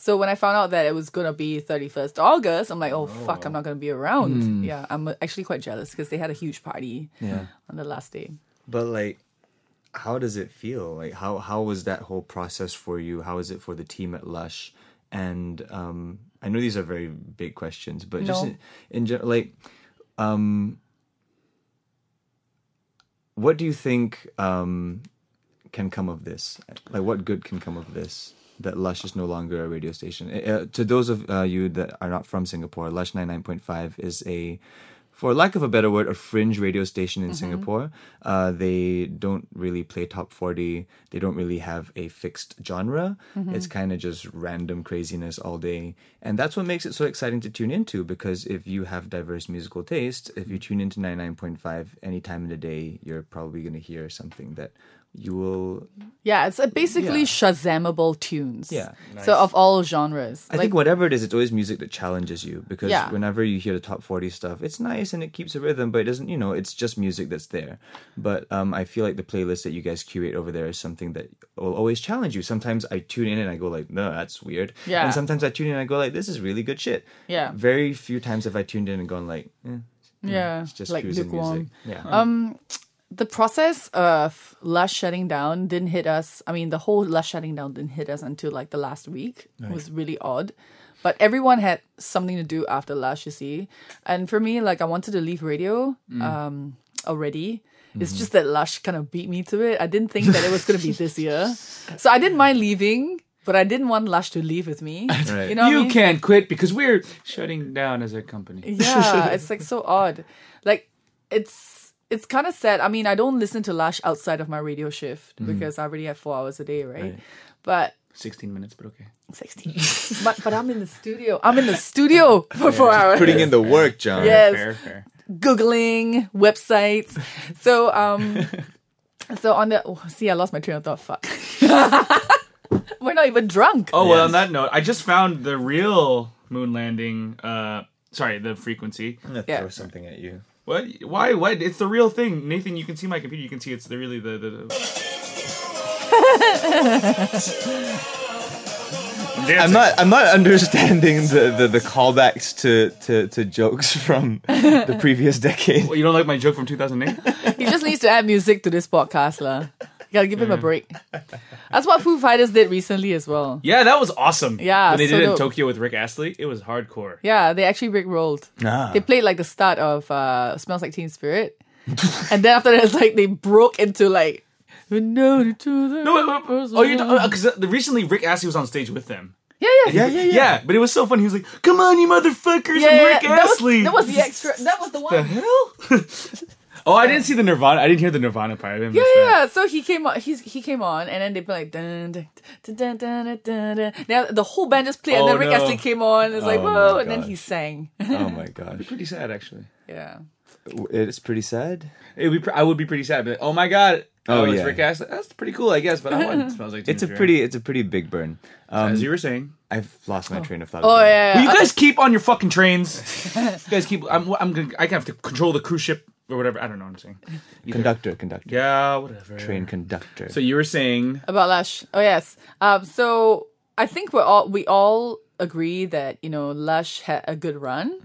S1: So when I found out that it was gonna be 31st August, I'm like, oh, fuck, I'm not gonna be around. Yeah, I'm actually quite jealous because they had a huge party
S2: Hmm. Yeah.
S1: on the last day.
S2: But like how does it feel? Like how how was that whole process for you? How is it for the team at Lush? And um I know these are very big questions, but just
S1: No.
S2: in, in general like um what do you think um can come of this? Like what good can come of this? That Lush is no longer a radio station. Uh, Uh, to those of uh, you that are not from Singapore, Lush 99.5 is a for lack of a better word, a fringe radio station in Singapore. Uh, they don't really play top 40. They don't really have a fixed genre. It's kind of just random craziness all day. And that's what makes it so exciting to tune into because if you have diverse musical taste, if you tune into 99.5 any time of the day, you're probably going to hear something that you will.
S1: Yeah, it's uh, basically
S2: Yeah.
S1: Shazamable tunes.
S2: Yeah.
S1: So of all genres.
S2: I
S1: like,
S2: think whatever it is, it's always music that challenges you because
S1: Yeah.
S2: whenever you hear the top 40 stuff, it's nice and it keeps a rhythm, but it doesn't, you know, it's just music that's there. But um, I feel like the playlist that you guys curate over there is something that will always challenge you. Sometimes I tune in and I go like, no, that's weird.
S1: Yeah.
S2: And sometimes I tune in and I go like, this is really good shit.
S1: Yeah.
S2: Very few times have I tuned in and gone like, eh,
S1: yeah,
S2: it's just
S1: like
S2: cruising
S1: lukewarm.
S2: music. Yeah.
S1: Um, the process of Lush shutting down didn't hit us. I mean, the whole Lush shutting down didn't hit us until like the last week. It was really odd. But everyone had something to do after Lush, you see. And for me, like, I wanted to leave radio um, already. It's just that Lush kind of beat me to it. I didn't think that it was going to be this year. So I didn't mind leaving, but I didn't want Lush to leave with me.
S4: Right.
S1: You know what I
S3: you
S1: mean?
S3: can't quit because we're shutting down as a company.
S1: Yeah, it's like so odd. Like it's it's kind of sad. I mean, I don't listen to Lush outside of my radio shift because I already have four hours a day, right? But
S3: 16 minutes, but okay.
S1: 16. but but I'm in the studio. I'm in the studio for four hours.
S4: Putting in the work, John.
S1: Yes.
S3: Fair, fair.
S1: Googling websites. So um, so on the oh, see, I lost my train of thought. Fuck. We're not even drunk.
S3: Oh, well,
S4: Yes.
S3: on that note, I just found the real moon landing. Uh, sorry, the frequency.
S4: I'm gonna
S1: Yeah.
S4: throw something at you.
S3: What? Why? What? It's the real thing, Nathan. You can see my computer. You can see it's the really the. the, the...
S4: I'm not. I'm not understanding the, the, the callbacks to, to, to jokes from the previous decade.
S3: Well, you don't like my joke from 2008?
S1: He just needs to add music to this podcast, lah. Gotta give him a break. That's what Foo Fighters did recently as well.
S3: yeah, that was awesome.
S1: Yeah,
S3: when they
S1: so
S3: did it in
S1: dope.
S3: Tokyo with Rick Astley, it was hardcore.
S1: Yeah, they actually brick rolled.
S4: Ah.
S1: They played like the start of uh, Smells Like Teen Spirit. and then after that, it's like they broke into like. No, the truth is-
S3: No, wait, wait, wait. Oh, you because recently Rick Astley was on stage with them.
S1: yeah, yeah, yeah.
S3: Yeah, but it was so funny. He was like, "Come on, you motherfuckers!"
S1: yeah,
S3: and Rick
S1: yeah. That,
S3: Astley.
S1: was, that was the extra. That was the
S3: the
S1: one.
S3: hell. oh, I didn't see the Nirvana. I didn't hear the Nirvana part. I didn't
S1: Yeah,
S3: miss
S1: yeah.
S3: that.
S1: yeah. So he came on. He's he came on, and then they played like dun dun dun dun dun dun. dun, dun. Now the whole band just played,
S3: Oh,
S1: and then Rick
S3: no.
S1: Astley came on. It's like
S4: Oh, my
S1: whoa, and then
S4: gosh.
S1: he sang.
S4: Oh my gosh,
S3: Pretty sad, actually.
S1: yeah.
S4: it's pretty sad.
S3: It would be. Pr- I would be pretty sad. Be like, oh my god.
S4: Oh,
S3: Oh, it's
S4: yeah.
S3: Rick Astley. That's pretty cool, I guess. But I want. Smells like. Teen
S4: It's a
S3: Spirit.
S4: pretty. It's a pretty big burn. Um,
S3: As you were saying.
S4: I've lost my train of thought.
S1: Oh
S4: again.
S1: yeah.
S3: Will you
S1: yeah.
S3: guys keep on your fucking trains? you guys keep. I'm. I'm gonna. I have to control the cruise ship or whatever. I don't know. what I'm saying.
S4: Conductor, conductor,
S3: Yeah, whatever.
S4: train conductor.
S3: So you were saying
S1: about Lush. Oh yes. Um, so I think we're all we all agree that you know Lush had a good run.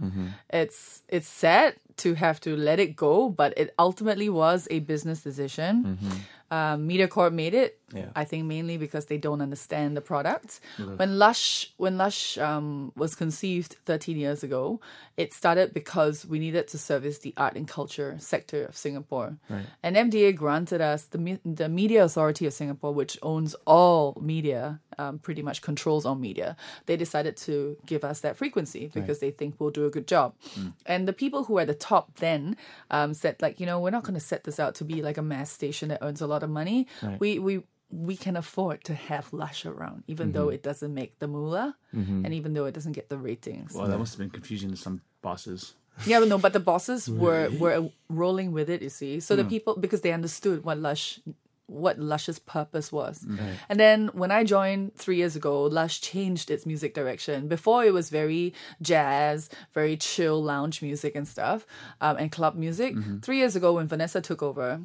S1: It's it's sad to have to let it go, but it ultimately was a business decision. Um, Media Corp made it.
S4: Yeah.
S1: I think mainly because they don't understand the product. When Lush when Lush um, was conceived 13 years ago, it started because we needed to service the art and culture sector of Singapore. And MDA granted us the me- the Media Authority of Singapore, which owns all media, um, pretty much controls all media. They decided to give us that frequency because they think we'll do a good job. And the people who were at the top then um, said like, you know, we're not going to set this out to be like a mass station that earns a lot of money. We we we can afford to have Lush around, even though it doesn't make the moolah and even though it doesn't get the ratings.
S3: Well, that must have been confusing to some bosses.
S1: Yeah, but no, but the bosses were were rolling with it. You see, so the people because they understood what Lush, what Lush's purpose was. And then when I joined three years ago, Lush changed its music direction. Before it was very jazz, very chill lounge music and stuff, um, and club music. Three years ago, when Vanessa took over,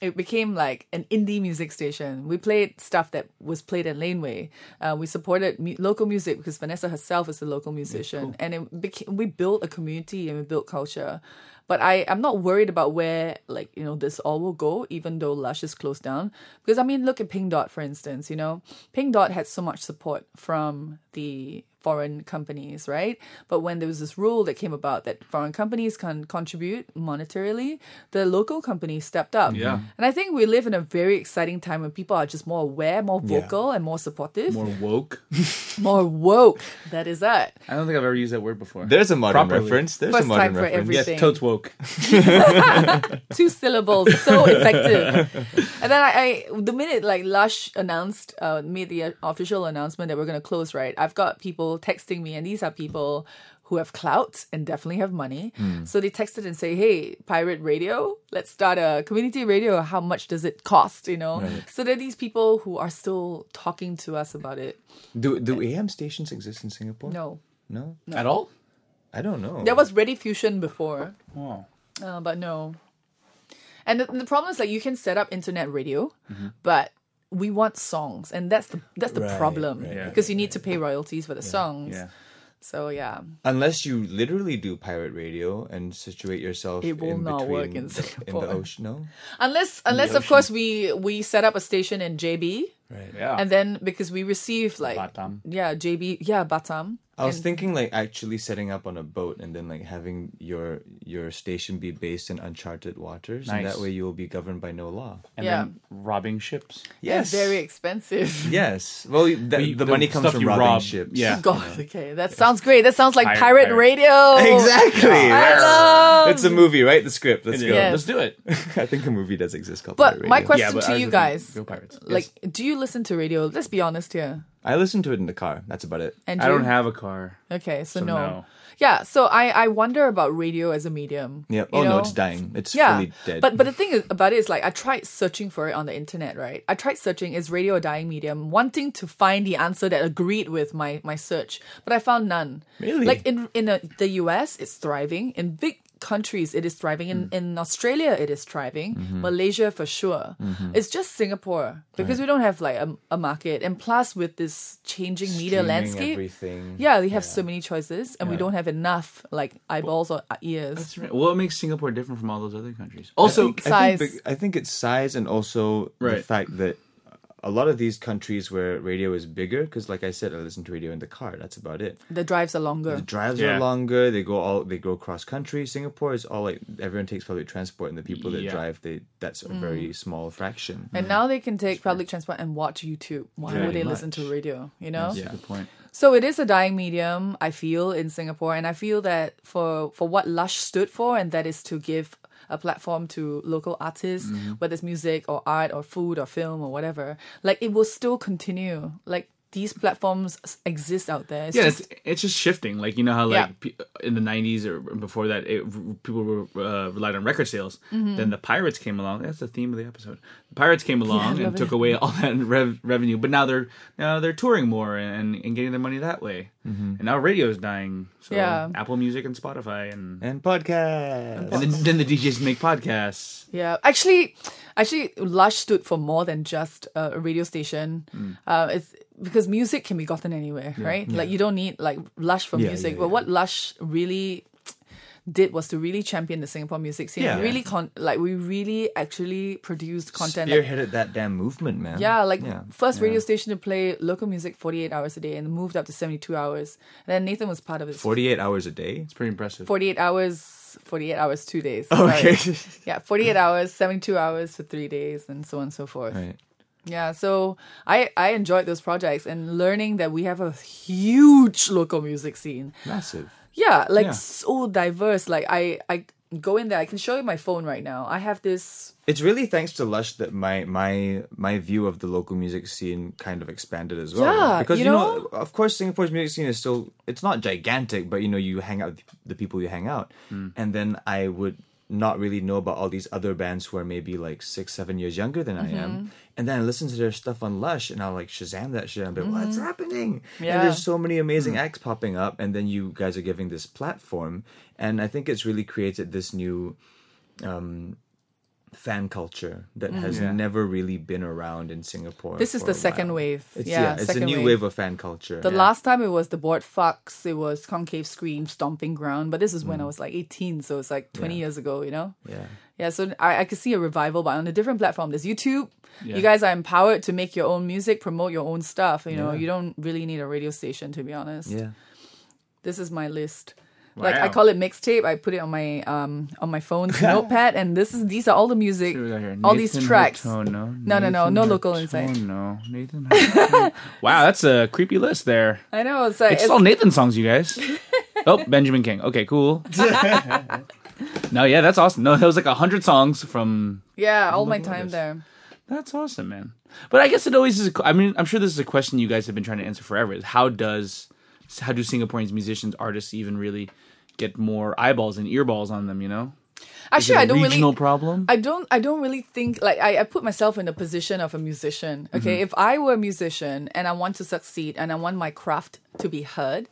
S1: it became like an indie music station. We played stuff that was played at Laneway. Uh, we supported mu- local music because Vanessa herself is a local musician, and it became, we built a community and we built culture. But I, I'm not worried about where like you know this all will go, even though Lush is closed down. Because I mean, look at Pink Dot for instance. You know, Pink Dot had so much support from the foreign companies, right? But when there was this rule that came about that foreign companies can contribute monetarily, the local companies stepped up.
S3: Yeah.
S1: And I think we live in a very exciting time when people are just more aware, more vocal, and more supportive, more,
S3: More woke.
S1: woke. That is that.
S3: I don't think I've ever used that word before.
S4: There's a modern
S3: Properly.
S4: reference. There's a
S1: First
S4: modern
S1: time for
S4: reference.
S1: everything.
S3: yes, totes woke.
S1: two syllables, so effective. And then I, I, the minute like Lush announced, uh, made the official announcement that we're gonna close, right? I've got people texting me, and these are people who have clout and definitely have money. So they texted and say, "Hey, pirate radio, let's start a community radio. How much does it cost?" You know. So there are these people who are still talking to us about it.
S4: Do do AM stations exist in Singapore?
S1: No,
S4: No?
S3: At all?
S4: I don't know.
S1: there was Ready Fusion before.
S3: Oh.
S1: Uh, but no. And the, the problem is like you can set up internet radio, but we want songs, and that's the that's the problem
S3: Mm-hmm. right,
S1: because you need to pay royalties for the songs.
S3: Yeah.
S1: So yeah,
S2: Unless you literally do pirate radio and situate yourself
S1: It will
S2: in
S1: not
S2: between
S1: work in
S2: the-
S1: Singapore.
S2: In the ocean, no?
S1: unless unless of course we we set up a station in JB,
S2: Right.
S3: Yeah.
S1: and then because we receive like
S3: Ah. Batam.
S1: yeah JB yeah Batam.
S2: I was thinking like actually setting up on a boat and then like having your your station be based in uncharted waters and
S3: Nice.
S2: that way you will be governed by no law.
S3: and
S1: yeah.
S3: then robbing ships.
S2: Yes.
S1: They're very expensive.
S2: Yes. Well, you- the,
S3: We-
S2: the,
S3: the
S2: money comes
S3: stuff
S2: from
S3: you
S2: robbing
S3: rob,
S2: ships.
S3: yeah.
S1: God, okay, that sounds great. That sounds like pirate,
S3: Pirate- pirate.
S1: radio.
S2: Exactly.
S1: I
S2: That's-
S1: love.
S2: It's a movie, right? The script. Let's go.
S1: Yeah.
S3: Let's do it.
S2: I think a movie does exist called
S1: But
S2: Pirate
S1: my
S2: Radio.
S1: question to you guys,
S3: Go pirates.
S1: like, do you listen to radio? Let's be honest here.
S2: I listen to it in the car. That's about it.
S1: And
S3: I don't have a car.
S1: Okay, so,
S3: So
S1: no.
S3: no.
S1: Yeah, so I I wonder about radio as a medium.
S2: Yeah.
S1: you
S2: Oh no,
S1: know?
S2: it's dying. It's
S1: Yeah,
S2: fully dead.
S1: but but the thing is, about it is like I tried searching for it on the internet, right? I tried searching is radio a dying medium, wanting to find the answer that agreed with my my search, but I found none.
S2: Really?
S1: Like in in uh the US, it's thriving in big countries it is thriving in,
S2: Mm.
S1: in australia it is thriving
S2: Mm-hmm.
S1: malaysia for sure it's just singapore because we don't have like a, a market and plus with this changing media
S2: Streaming
S1: landscape
S2: Everything.
S1: yeah, we have so many choices, and we don't have enough like eyeballs or uh, ears.
S3: That's right. What makes Singapore different from all those other countries? Also,
S1: think-
S2: I
S1: Size.
S2: think, the- I think it's size and also the
S3: Right.
S2: fact that a lot of these countries where radio is bigger, because like I said, I listen to radio in the car. That's about it.
S1: The drives are longer.
S2: The drives
S3: Yeah.
S2: are longer. They go all they go cross country. Singapore is all like everyone takes public transport, and the people that
S3: Yeah.
S2: drive they that's a
S1: Mm.
S2: very small fraction.
S1: and now they can take public transport and watch YouTube. Why would
S2: Pretty
S1: they listen to
S2: much.
S1: radio? You know.
S3: that's a good point.
S1: So it is a dying medium. I feel in Singapore, and I feel that for for what Lush stood for, and that is to give a platform to local artists,
S2: Mm-hmm.
S1: whether it's music or art or food or film or whatever. Like it will still continue. Like these platforms s- exist out there. It's
S3: yeah,
S1: just-
S3: it's, it's just shifting. Like you know how like
S1: Yeah.
S3: pe- in the '90s or before that, it, people were uh, relied on record sales.
S1: Mm-hmm.
S3: Then the pirates came along. That's the theme of the episode. The pirates came along
S1: love
S3: and took
S1: it.
S3: away all that rev- revenue. But now they're now they're touring more and, and getting their money that way.
S2: Mm-hmm.
S3: And now radio is dying. So
S1: Yeah.
S3: Apple Music and Spotify and
S2: And podcast.
S3: and then, then the DJs make podcasts.
S1: Yeah, actually, actually, Lush stood for more than just uh, a radio station.
S2: Mm.
S1: Uh, it's because music can be gotten anywhere, right? Like you don't need like Lush for
S2: Yeah,
S1: music,
S2: yeah,
S1: but
S2: yeah.
S1: what Lush really did was to really champion the Singapore music scene.
S2: Yeah.
S1: Really, con- like we really actually produced content. like-
S2: Spearheaded that damn movement, man.
S1: yeah, like
S2: yeah.
S1: first radio station to play local music 48 hours a day and moved up to 72 hours. And then Nathan was part of it.
S2: Forty-eight hours a day.
S3: It's pretty impressive.
S1: 48 hours, 48 hours, two days.
S2: Okay.
S1: Sorry. Yeah, 48 hours, 72 hours for three days, and so on and so forth.
S2: right.
S1: Yeah, so I I enjoyed those projects and learning that we have a huge local music scene.
S2: Massive.
S1: Yeah, like
S3: Yeah.
S1: so diverse. Like I I go in there, I can show you my phone right now. I have this.
S2: It's really thanks to Lush that my my my view of the local music scene kind of expanded as well.
S1: Yeah,
S2: because
S1: you
S2: you know, of course, Singapore's music scene is still it's not gigantic, but you know, you hang out with the people you hang out, and then I would not really know about all these other bands who are maybe like six, seven years younger than I
S1: Mm-hmm.
S2: am, and then I listen to their stuff on Lush, and I'll like Shazam that shit, and I'm like, what's happening?
S1: Mm-hmm. Yeah. Mm.
S2: And there's so many amazing acts popping up, and then you guys are giving this platform, and I think it's really created this new fan culture that has
S3: Yeah.
S2: never really been around in Singapore.
S1: Mm-hmm. This is
S2: for
S1: the
S2: a
S1: second
S2: while.
S1: wave.
S2: It's,
S1: yeah,
S2: yeah, it's
S1: second
S2: a new wave. of fan culture.
S1: The last time it was the board fox, it was concave scream, stomping ground. But this is
S2: Mm.
S1: when I was like 18, so it's like 20 years ago, you know?
S2: yeah.
S1: Yeah, so I, I could see a revival, but on a different platform. There's YouTube.
S3: Yeah.
S1: You guys are empowered to make your own music, promote your own stuff. You know, you don't really need a radio station, to be honest.
S2: Yeah.
S1: This is my list. Like I
S3: Wow.
S1: call it mixtape. I put it on my um on my phone's notepad, and this is these are all the music,
S3: Who we got here?
S1: all these
S3: Nathan
S1: tracks.
S3: Hartono,
S1: No, no, no,
S3: Nathan
S1: no local
S3: Hartono,
S1: insight.
S3: No, Nathan. Hartono. wow, that's a creepy list there.
S1: I know it's like
S3: It's,
S1: it's-
S3: all Nathan songs, you guys. oh, Benjamin King. Okay, cool. no, yeah, that's awesome. No, that was like a hundred songs from.
S1: yeah, all my
S3: love
S1: time
S3: this.
S1: there.
S3: That's awesome, man. But I guess it always is. a- I mean, I'm sure this is a question you guys have been trying to answer forever. Is how does how do Singaporeans, musicians, artists even really get more eyeballs and earballs on them? You know,
S1: Actually, I don't
S3: regional
S1: really.
S3: problem.
S1: I don't I don't really think like I, I put myself in the position of a musician. Okay.
S3: Mm-hmm.
S1: If I were a musician and I want to succeed and I want my craft to be heard,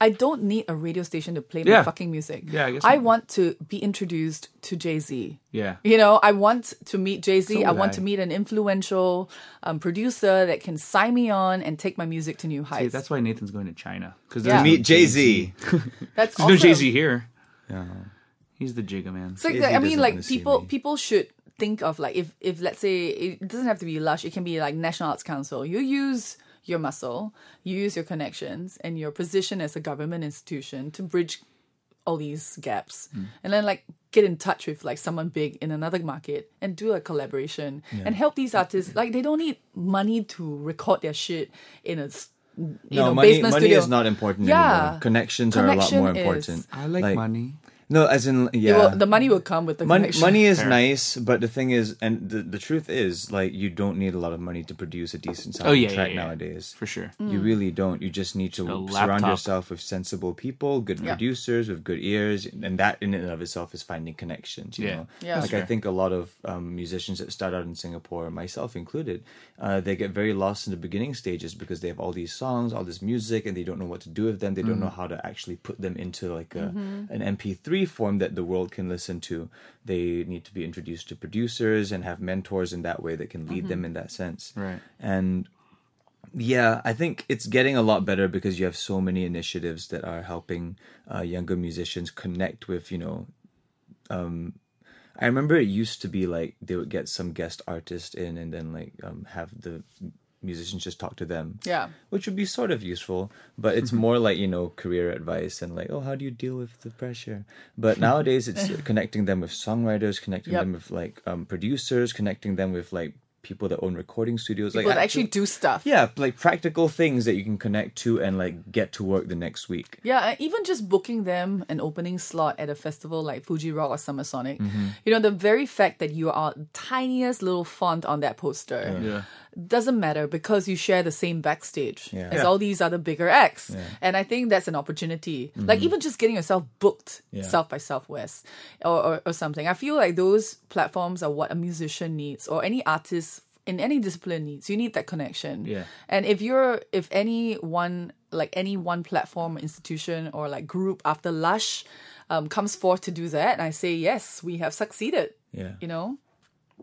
S1: I don't need a radio station to play my
S3: Mm-hmm. Yeah.
S1: fucking music.
S3: Yeah, I guess
S1: I
S3: not.
S1: want to be introduced to Jay Z.
S3: yeah.
S1: You know, I want to meet Jay Z. I
S2: would
S1: want
S2: I.
S1: to meet an influential um, producer that can sign me on and take my music to new
S3: Hey,
S1: heights.
S3: that's why Nathan's going to China because
S1: Yeah.
S4: Meet Jay Z.
S1: that's
S3: There's no
S1: awesome.
S3: Jay Z here. He's the Jigga man.
S1: So like,
S4: If he
S1: I mean,
S4: doesn't
S1: like
S4: wanna see
S1: people
S4: me.
S1: people should think of like if if let's say it doesn't have to be lush, it can be like National Arts Council. You use your muscle, you use your connections and your position as a government institution to bridge all these gaps,
S2: Hmm.
S1: and then like get in touch with like someone big in another market and do a collaboration and help these artists. Like they don't need money to record their shit in a s- you
S2: No,
S1: know
S2: money,
S1: basement
S2: money
S1: studio.
S2: is not important
S1: Yeah.
S2: anymore. Connections
S1: Connection
S2: are a lot more
S1: is-
S2: important.
S3: I like, money.
S2: No, as in
S1: It
S2: yeah.
S1: will- the money will come with the
S2: Mon-
S1: connection.
S2: money is nice, but the thing is, and the, the truth is, like you don't need a lot of money to produce a decent sounding
S3: Oh yeah,
S2: track
S3: yeah, yeah.
S2: nowadays.
S3: for sure.
S1: Mm.
S2: You really don't. You just need to
S3: a
S2: surround
S3: laptop.
S2: yourself with sensible people, good producers with good ears, and that in and of itself is finding connections. You
S3: Yeah.
S2: know,
S1: Yeah.
S2: like I think a lot of um, musicians that start out in Singapore, myself included, uh, they get very lost in the beginning stages because they have all these songs, all this music, and they don't know what to do with them. They
S3: Mm.
S2: don't know how to actually put them into like a, an MP3 form that the world can listen to. They need to be introduced to producers and have mentors in that way that can lead them in that sense.
S3: Right.
S2: And yeah, I think it's getting a lot better because you have so many initiatives that are helping uh, younger musicians connect with, you know, um, I remember it used to be like they would get some guest artist in and then like um, have the musicians just talk to them.
S1: Yeah.
S2: Which would be sort of useful, but
S1: Mm-hmm.
S2: it's more like, you know, career advice and like, oh, how do you deal with the pressure? But nowadays it's connecting them with songwriters, connecting
S1: Yep.
S2: them with like um, producers, connecting them with like people that own recording studios.
S1: People
S2: like
S1: that actually do stuff.
S2: yeah, like practical things that you can connect to and like get to work the next week.
S1: Yeah, and even just booking them an opening slot at a festival like Fuji Rock or Summer Sonic,
S3: Mm-hmm.
S1: you know, the very fact that you are tiniest little font on that poster
S3: Yeah.
S1: doesn't matter because you share the same backstage as
S3: Yeah.
S1: all these other bigger acts. And I think that's an opportunity.
S3: Mm-hmm.
S1: Like even just getting yourself booked South by Southwest or, or, or something. I feel like those platforms are what a musician needs or any artist in any discipline needs. You need that connection.
S3: Yeah.
S1: And if you're if any one like any one platform institution or like group after Lush um, comes forth to do that, I say yes, we have succeeded.
S2: Yeah.
S1: You know?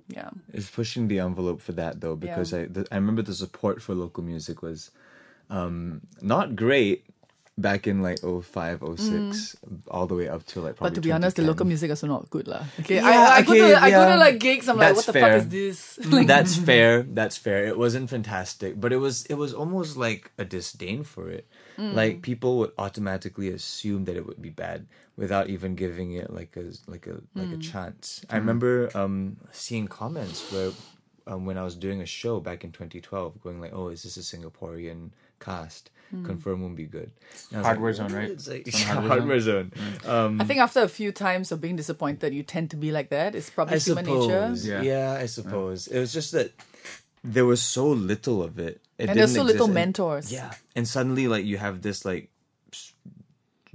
S1: Yeah.
S2: It's pushing the envelope for that though, because I the, I remember the support for local music was um, not great back in like 05, 06, all the way up to like probably.
S1: Mm. But to be honest, the
S2: 2010.
S1: local music also not good lah. Okay,
S2: Yeah,
S1: I, I, go to
S2: okay,
S1: I go to
S2: yeah.
S1: like gigs. I'm like,
S2: That's
S1: what the
S2: fair.
S1: fuck is this? Like,
S2: that's fair. That's fair. It wasn't fantastic, but it was it was almost like a disdain for it. Like people would automatically assume that it would be bad without even giving it like a like a like a chance. I remember um seeing comments where um, when I was doing a show back in 2012 going like, "Oh, is this a Singaporean cast? Confirm won't be good." And I was
S3: Hardware
S2: like,
S3: Zone,
S2: "What?"
S3: right?
S2: It's like,
S3: It's on Hardware
S2: hardware zone. Mm.
S1: I think after a few times of being disappointed, you tend to be like that. It's probably
S2: I
S1: human
S2: suppose.
S1: nature.
S3: Yeah.
S2: Yeah. I suppose. It was just that there was so little of it. it
S1: And there's
S2: didn't
S1: so little
S2: exist. And-
S1: mentors.
S2: yeah. And suddenly, like, you have this, like, s-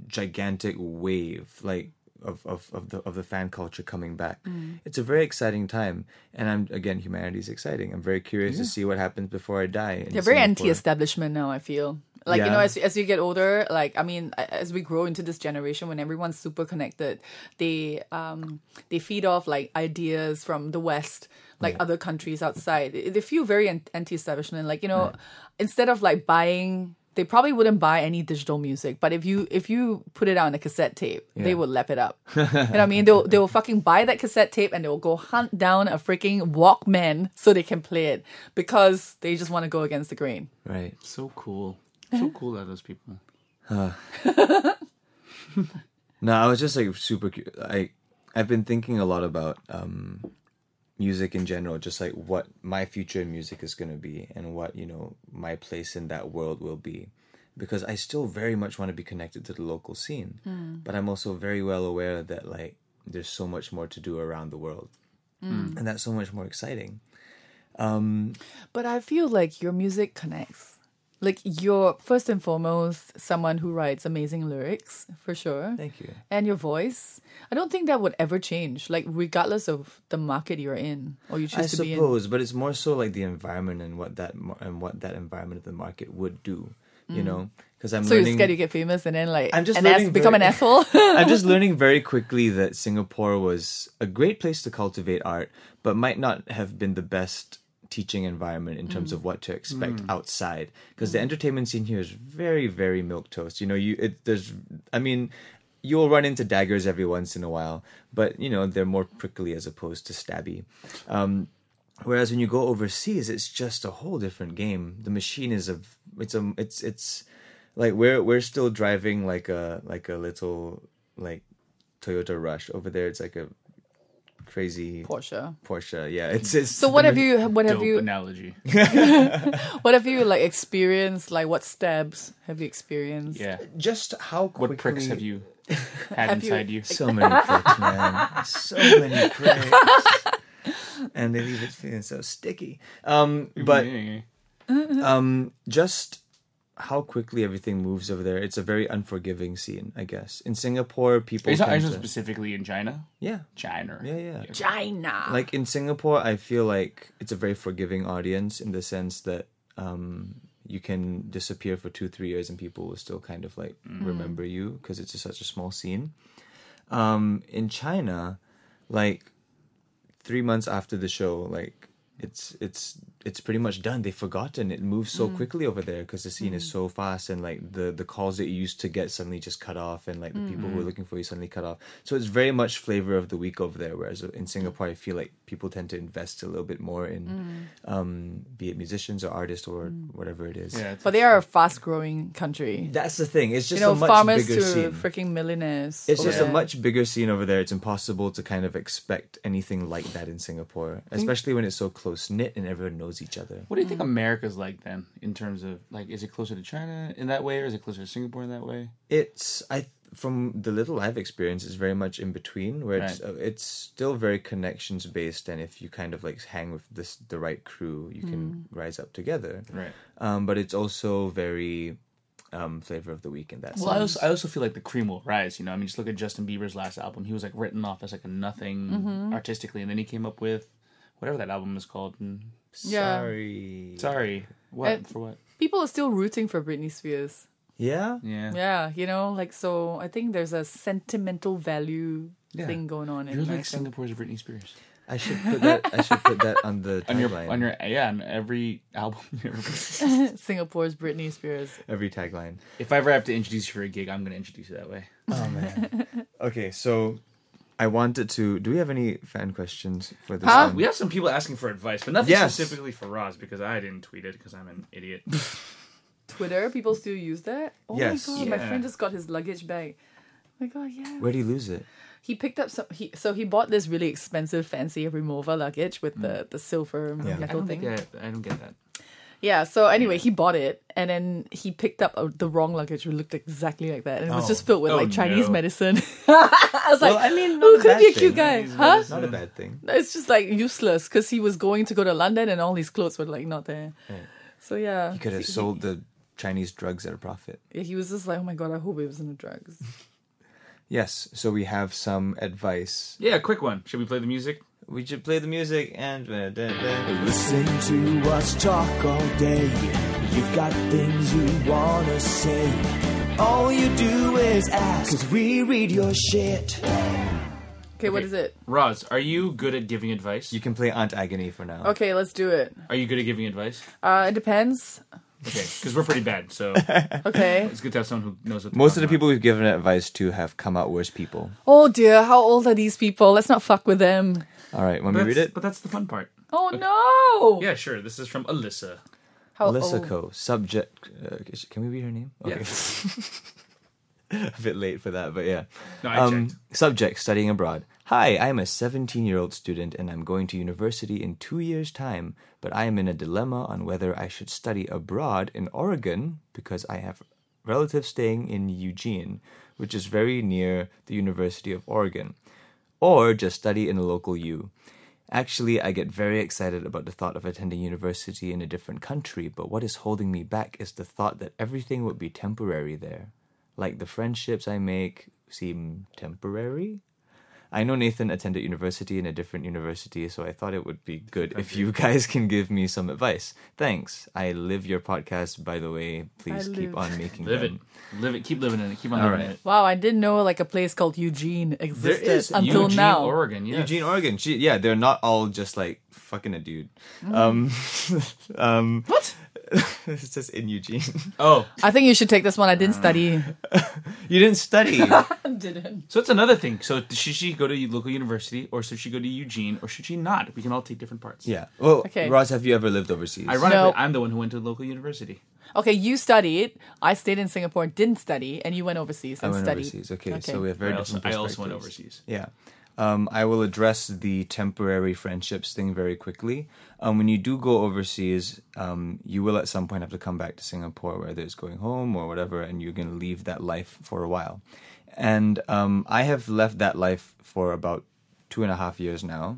S2: gigantic wave, like, of, of, of the of the fan culture coming back.
S1: Mm.
S2: It's a very exciting time. And I'm again humanity is exciting. I'm very curious to see what happens before I die. in
S1: They're very
S2: Singapore.
S1: anti-establishment now. I feel like you
S2: Yeah.
S1: know, as as you get older, like I mean, a- as we grow into this generation, when everyone's super connected, they um they feed off like ideas from the West, like other countries outside. They they feel very an- anti-establishment. Like you know, instead of like buying. They probably wouldn't buy any digital music, but if you if you put it out on a cassette tape, they would lap it up. you know what I mean? They'll they'll fucking buy that cassette tape and they'll go hunt down a freaking Walkman so they can play it because they just want to go against the grain.
S2: Right.
S3: So cool.
S1: Uh-huh.
S3: So cool that those people.
S2: No, I was just like super. cu- I I've been thinking a lot about um, music in general, just like what my future in music is going to be, and what you know my place in that world will be, because I still very much want to be connected to the local scene,
S1: Hmm.
S2: but I'm also very well aware that like there's so much more to do around the world,
S1: Hmm.
S2: and that's so much more exciting.
S1: But I feel like your music connects. like you're first and foremost someone who writes amazing lyrics for sure.
S2: Thank you.
S1: And your voice. I don't think that would ever change, like regardless of the market you're in or you choose
S2: I
S1: to be in.
S2: suppose, but it's more so like the environment and what that mar- and what that environment of the market would do. You know, because I'm
S1: Hmm. So you're
S2: learning.
S1: scared you get famous and then like
S2: I'm just
S1: an ass-
S2: learning
S1: become an
S2: very-
S1: asshole.
S2: I'm just learning very quickly that Singapore was a great place to cultivate art, but might not have been the best teaching environment in terms of what to expect outside. Because the entertainment scene here is very, very milk toast. You know, you it, there's, I mean, you'll run into daggers every once in a while, but you know they're more prickly as opposed to stabby. Um, Whereas when you go overseas, it's just a whole different game. The machine is a it's a it's it's like we're we're still driving like a like a little like Toyota Rush over there. It's like a crazy
S1: Porsche.
S2: Porsche. Yeah, it's it's
S1: So what have you what have
S3: Dope
S1: you
S3: analogy.
S1: what have you like experienced? Like what stabs have you experienced?
S3: Yeah.
S2: just how quickly,
S3: What pricks have you had
S1: Have you-
S3: inside you?
S2: So many pricks, man. So many pricks. and they leave it feeling so sticky. Um, but
S3: Yeah.
S2: um, just how quickly everything moves over there. It's a very unforgiving scene, I guess. In Singapore, people.
S3: Are you talking- are you
S2: tend
S3: talking
S2: to-
S3: specifically in China?
S2: yeah,
S3: China.
S2: yeah, yeah.
S1: China.
S2: Like in Singapore, I feel like it's a very forgiving audience in the sense that um, you can disappear for two, three years and people will still kind of like
S3: Mm.
S2: remember you because it's just such a small scene. Um, in China, like three months after the show, like it's it's it's pretty much done. They've forgotten. It moves so
S1: Mm.
S2: quickly over there because the scene is so fast, and like the the calls that you used to get suddenly just cut off, and like the people
S1: Mm-hmm.
S2: who are looking for you suddenly cut off. So it's very much flavor of the week over there. Whereas in Singapore, I feel like people tend to invest a little bit more in,
S1: Mm.
S2: um, be it musicians or artists or whatever it is.
S3: Yeah, it's-
S1: but they are a fast growing country.
S2: That's the thing. It's
S1: You
S2: just
S1: know,
S2: a much
S1: farmers to
S2: bigger scene.
S1: freaking millionaires.
S2: It's
S1: over
S2: just a
S1: there.
S2: much bigger scene over there. It's impossible to kind of expect anything like that in Singapore,
S3: Mm.
S2: especially when it's so close knit and everyone knows each other.
S3: What do
S1: Mm.
S3: you think America's like then in terms of like is it closer to China in that way or is it closer to Singapore in that way?
S2: It's I from the little I've experienced, it's very much in between where it's uh, it's still very connections based, and if you kind of like hang with this the right crew, you
S3: Mm.
S2: can rise up together.
S3: Right.
S2: Um, but it's also very um, flavor of the week in that
S3: Well, I
S2: sense.
S3: also, I also feel like the cream will rise. You know, I mean, just look at Justin Bieber's last album. He was like written off as like a nothing
S1: Mm-hmm.
S3: artistically, and then he came up with whatever that album is called. And
S1: Yeah.
S2: Sorry.
S3: sorry, what
S1: Uh,
S3: for what?
S1: People are still rooting for Britney Spears.
S2: Yeah.
S3: Yeah,
S1: Yeah, you know, like so. I think there's a sentimental value thing going on in
S3: you're like
S1: America.
S3: Singapore's Britney Spears
S2: I should put that. I should put that on the
S3: on your
S2: tagline.
S3: on your yeah on every album. you ever produce.
S1: Singapore's Britney Spears.
S2: every tagline.
S3: if I ever have to introduce you for a gig, I'm gonna introduce you that way.
S2: Oh man. okay, so I wanted to. Do we have any fan questions for this?
S1: Huh?
S2: one?
S3: Um, We have some people asking for advice, but nothing
S2: Yes.
S3: specifically for Roz because I didn't tweet it because I'm an idiot.
S1: Twitter, people still use that. Oh
S2: Yes.
S1: my god, my
S3: Yeah.
S1: friend just got his luggage bag. Oh my god, yeah.
S2: Where do you lose it?
S1: He picked up some. He so he bought this really expensive, fancy remover luggage with the the silver
S3: Mm. I
S1: metal
S3: don't
S1: thing.
S3: think I, I don't get that.
S1: Yeah. So anyway, he bought it, and then he picked up a, the wrong luggage, which looked exactly like that, and it was
S3: Oh.
S1: just filled with
S3: Oh,
S1: like Chinese
S3: no.
S1: medicine. I was like,
S2: Well, I mean, not
S1: who
S2: a
S1: could
S2: bad
S1: be a cute
S2: thing.
S1: guy,
S3: Chinese
S1: huh?
S2: Not a bad thing.
S1: It's just like useless because he was going to go to London and all his clothes were like not there. So yeah,
S2: Hmm. You could have sold the Chinese drugs at a profit.
S1: Yeah, he was just like, oh my god, I hope it wasn't the drugs.
S2: Yes, so we have some advice.
S3: Yeah, quick one. Should we play the music?
S2: We should play the music and.
S5: Listen to us talk all day. You've got things you wanna say. All you do is ask, cause we read your shit.
S1: Okay, what is it?
S3: Roz, are you good at giving advice?
S2: You can play Aunt Agony for now.
S1: Okay, let's do it.
S3: Are you good at giving advice?
S1: Uh, it depends.
S3: Okay, because we're pretty bad, so
S1: Okay.
S3: it's good to have someone who knows what. they're
S2: Most of the
S3: talking
S2: people we've given advice to have come out worse people.
S1: oh dear, how old are these people? Let's not fuck with them.
S2: All right, when
S3: about.
S2: we read
S3: That's-
S2: it,
S3: But that's the fun part.
S1: Oh no.
S3: Yeah, sure. This is from Alyssa.
S1: How
S2: Alyssa
S1: old?
S2: Ko, subject. Uh, is- can we read her name? Okay. a bit late for that, but yeah.
S3: No, I
S2: Um,
S3: checked.
S2: subject studying abroad. Hi, I am a 17 year old student and I'm going to university in two years' time, but I am in a dilemma on whether I should study abroad in Oregon because I have relatives staying in Eugene, which is very near the University of Oregon, or just study in a local U. Actually, I get very excited about the thought of attending university in a different country, but what is holding me back is the thought that everything would be temporary there. Like the friendships I make seem temporary. I know Nathan attended university in a different university, so I thought it would be good if you guys can give me some advice. Thanks. I live your podcast, by the way. Please keep
S1: live.
S2: on making
S3: Live it,
S2: them.
S3: live it, keep living in it, keep on living in
S2: right.
S3: it.
S1: Wow, I didn't know like a place called Eugene existed
S2: is
S1: until
S3: Eugene,
S1: now.
S3: Oregon. Yes.
S2: Eugene, Oregon. She, yeah, they're not all just like fucking a dude.
S1: Mm-hmm.
S2: Um, um, what? it's just in Eugene.
S3: Oh,
S1: I think you should take this one. I didn't study.
S2: You didn't study.
S1: didn't.
S3: so that's another thing. So should she go to local university, or should she go to Eugene, or should she not? We can all take different parts.
S2: yeah. Well,
S1: Okay.
S2: Ross, have you ever lived overseas?
S3: Ironically,
S1: No.
S3: I'm the one who went to local university.
S1: Okay, you studied. I stayed in Singapore, didn't study, and you went overseas
S2: I
S1: and
S2: went
S1: studied.
S2: overseas. Okay,
S1: Okay.
S2: so we have very
S3: I also,
S2: different
S3: I
S2: perspectives.
S3: also went overseas.
S2: Yeah. Um, I will address the temporary friendships thing very quickly. Um, when you do go overseas, um, you will at some point have to come back to Singapore, whether it's going home or whatever, and you're going to leave that life for a while. And um, I have left that life for about two and a half years now.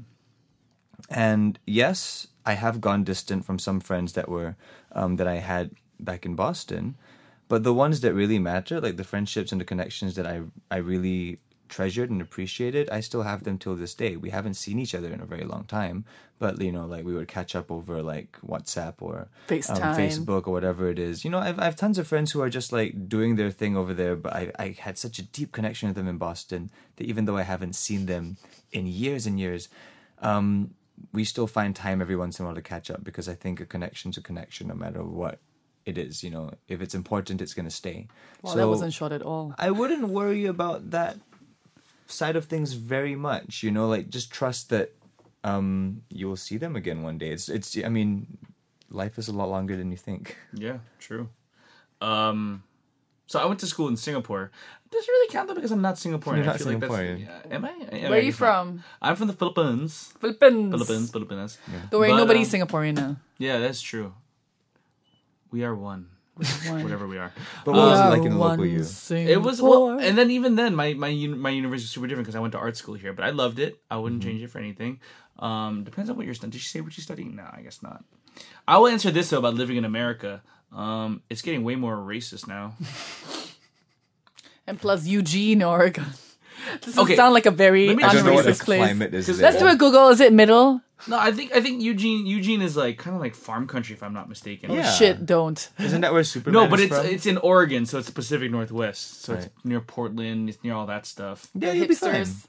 S2: And yes, I have gone distant from some friends that were um, that I had back in Boston, but the ones that really matter, like the friendships and the connections that I I really treasured and appreciated, I still have them till this day. We haven't seen each other in a very long time, but you know, like we would catch up over like WhatsApp or um,
S1: FaceTime.
S2: Facebook or whatever it is. You know, I've I've tons of friends who are just like doing their thing over there, but I I had such a deep connection with them in Boston that even though I haven't seen them in years and years, um, we still find time every once in a while to catch up because I think a connection's a connection no matter what it is. You know, if it's important, it's going to stay.
S1: Wow, Oh, that wasn't short at all.
S2: I wouldn't worry about that side of things very much. You know, like just trust that um, you'll see them again one day. It's, it's. I mean, life is a lot longer than you think.
S3: Yeah, true. Um, so I went to school in Singapore. Does it really count though? Because I'm not Singaporean.
S2: You're not
S3: I feel like that's-
S2: Singaporean.
S3: yeah, am I?
S1: Where are you from?
S3: I'm from the Philippines.
S1: Philippines.
S3: Philippines, Philippines.
S1: Don't worry,
S3: But,
S1: nobody's
S3: um,
S1: Singaporean now.
S3: Yeah, that's true. We are one. Whatever we are.
S2: But what was it
S1: Yeah,
S2: like in the local
S1: Oh, one
S2: you?
S3: It was well,
S1: Singapore.
S3: and then even then, my my uni- my university was super different because I went to art school here, but I loved it. I wouldn't
S2: Mm-hmm.
S3: change it for anything. Um, depends on what you're studying. Did she say what she's studying? No, I guess not. I will answer this though about living in America. Um, it's getting way more racist now.
S1: and plus Eugene, Oregon. This
S3: Okay.
S1: doesn't sound like a very
S3: Let me just- I
S2: I don't know what
S1: unracist
S2: the
S1: place.
S2: climate is.
S3: Because
S2: there.
S1: Let's do a Google. Is it middle?
S3: No, I think I think Eugene Eugene is like kind of like farm country if I'm not mistaken.
S2: Yeah.
S1: Shit, don't.
S2: Isn't that where Superman
S3: No, but
S2: is
S3: it's
S2: from?
S3: it's in Oregon, so it's the Pacific Northwest. So it's
S2: Right.
S3: near Portland, it's near all that stuff.
S2: yeah, you'll be fine.
S1: Hipsters.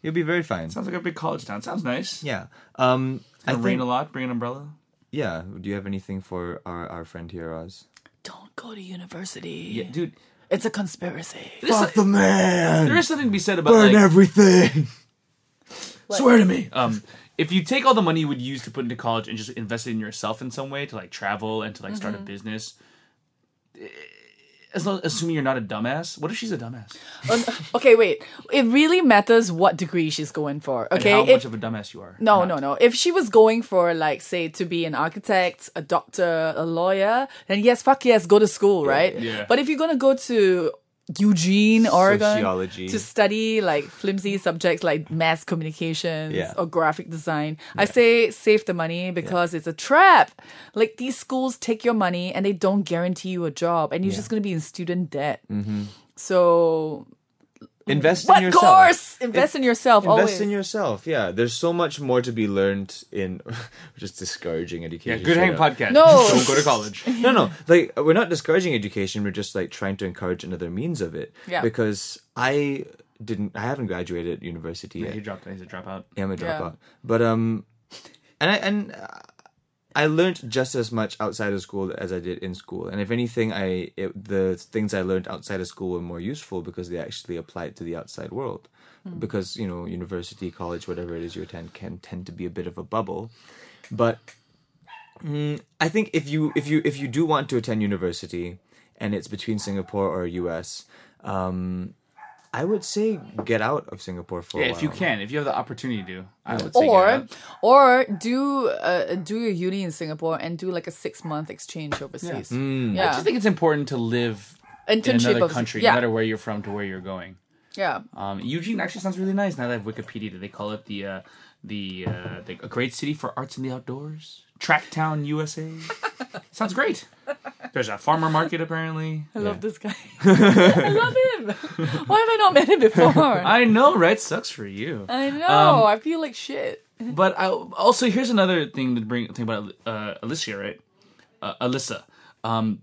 S2: You'll be very fine.
S3: Sounds like a big college town. Sounds nice.
S2: Yeah. Um, I
S3: Gonna rain
S2: think,
S3: a lot, bring an umbrella.
S2: yeah. Do you have anything for our, our friend here, Oz?
S1: Don't go to university.
S3: Yeah, dude.
S1: It's a conspiracy.
S3: Fuck
S2: the man.
S3: There is something to be said about like,
S2: everything.
S3: swear to
S2: Uh,
S3: me. Um, if you take all the money you would use to put into college and just invest it in yourself in some way to like travel and to like
S1: Mm-hmm.
S3: start a business, eh, as long assuming you're not a dumbass. What if she's a dumbass?
S1: Un- okay, wait. It really matters what degree she's going for.
S3: And
S1: Okay,
S3: how
S1: If-
S3: much of a dumbass you are?
S1: no,
S3: Not.
S1: no, no. If she was going for like, say, to be an architect, a doctor, a lawyer, then yes, fuck yes, go to school, right?
S3: yeah.
S1: But if you're gonna go to Eugene, Oregon,
S2: Sociology.
S1: to study like flimsy subjects like mass communications
S2: Yeah.
S1: or graphic design, I say save the money because it's a trap. Like these schools take your money and they don't guarantee you a job, and you're just gonna be in student debt. So
S2: Mm-hmm. Invest
S1: What
S2: in yourself.
S1: course? Invest in yourself,
S2: Invest
S1: always.
S2: in yourself. Yeah. There's so much more to be learned in just discouraging
S3: Yeah,
S2: education.
S3: good hang
S2: straight up.
S3: podcast.
S1: No.
S3: don't go to college.
S2: no, no. Like uh, we're not discouraging education. We're just like trying to encourage another means of it.
S1: Yeah.
S2: Because I didn't. I haven't graduated university
S3: Yeah,
S2: yet.
S3: he dropped. He's a dropout.
S2: Yeah, I'm a
S1: Yeah.
S2: dropout. But um, and I and uh, I learned just as much outside of school as I did in school. And if anything, I it, the things I learned outside of school were more useful because they actually applied to the outside world. Because you know, university, college, whatever it is you attend, can tend to be a bit of a bubble. But mm, I think if you if you if you do want to attend university and it's between Singapore or US, um, I would say get out of Singapore for
S3: Yeah,
S2: a while.
S3: if you can, if you have the opportunity to, I would say. get
S1: or
S3: out.
S1: or do uh, do your uni in Singapore and do like a six month exchange overseas. Yeah,
S3: I just think it's important to live in
S1: internship
S3: another
S1: overseas.
S3: country,
S1: Yeah,
S3: no matter where you're from to where you're going.
S1: yeah.
S3: Um, Eugene actually sounds really nice. Now that I have Wikipedia, they call it the uh, the, uh, the a great city for arts and the outdoors, Tracktown, USA. Sounds great. There's a farmer market apparently.
S1: I love this guy. I love him. Why have I not met him before? I, um,
S3: I know, right? Sucks for you.
S1: Uh, know. I feel like shit.
S3: But I also here's another thing to bring think about uh, Alicia, right? Uh, Alyssa, um,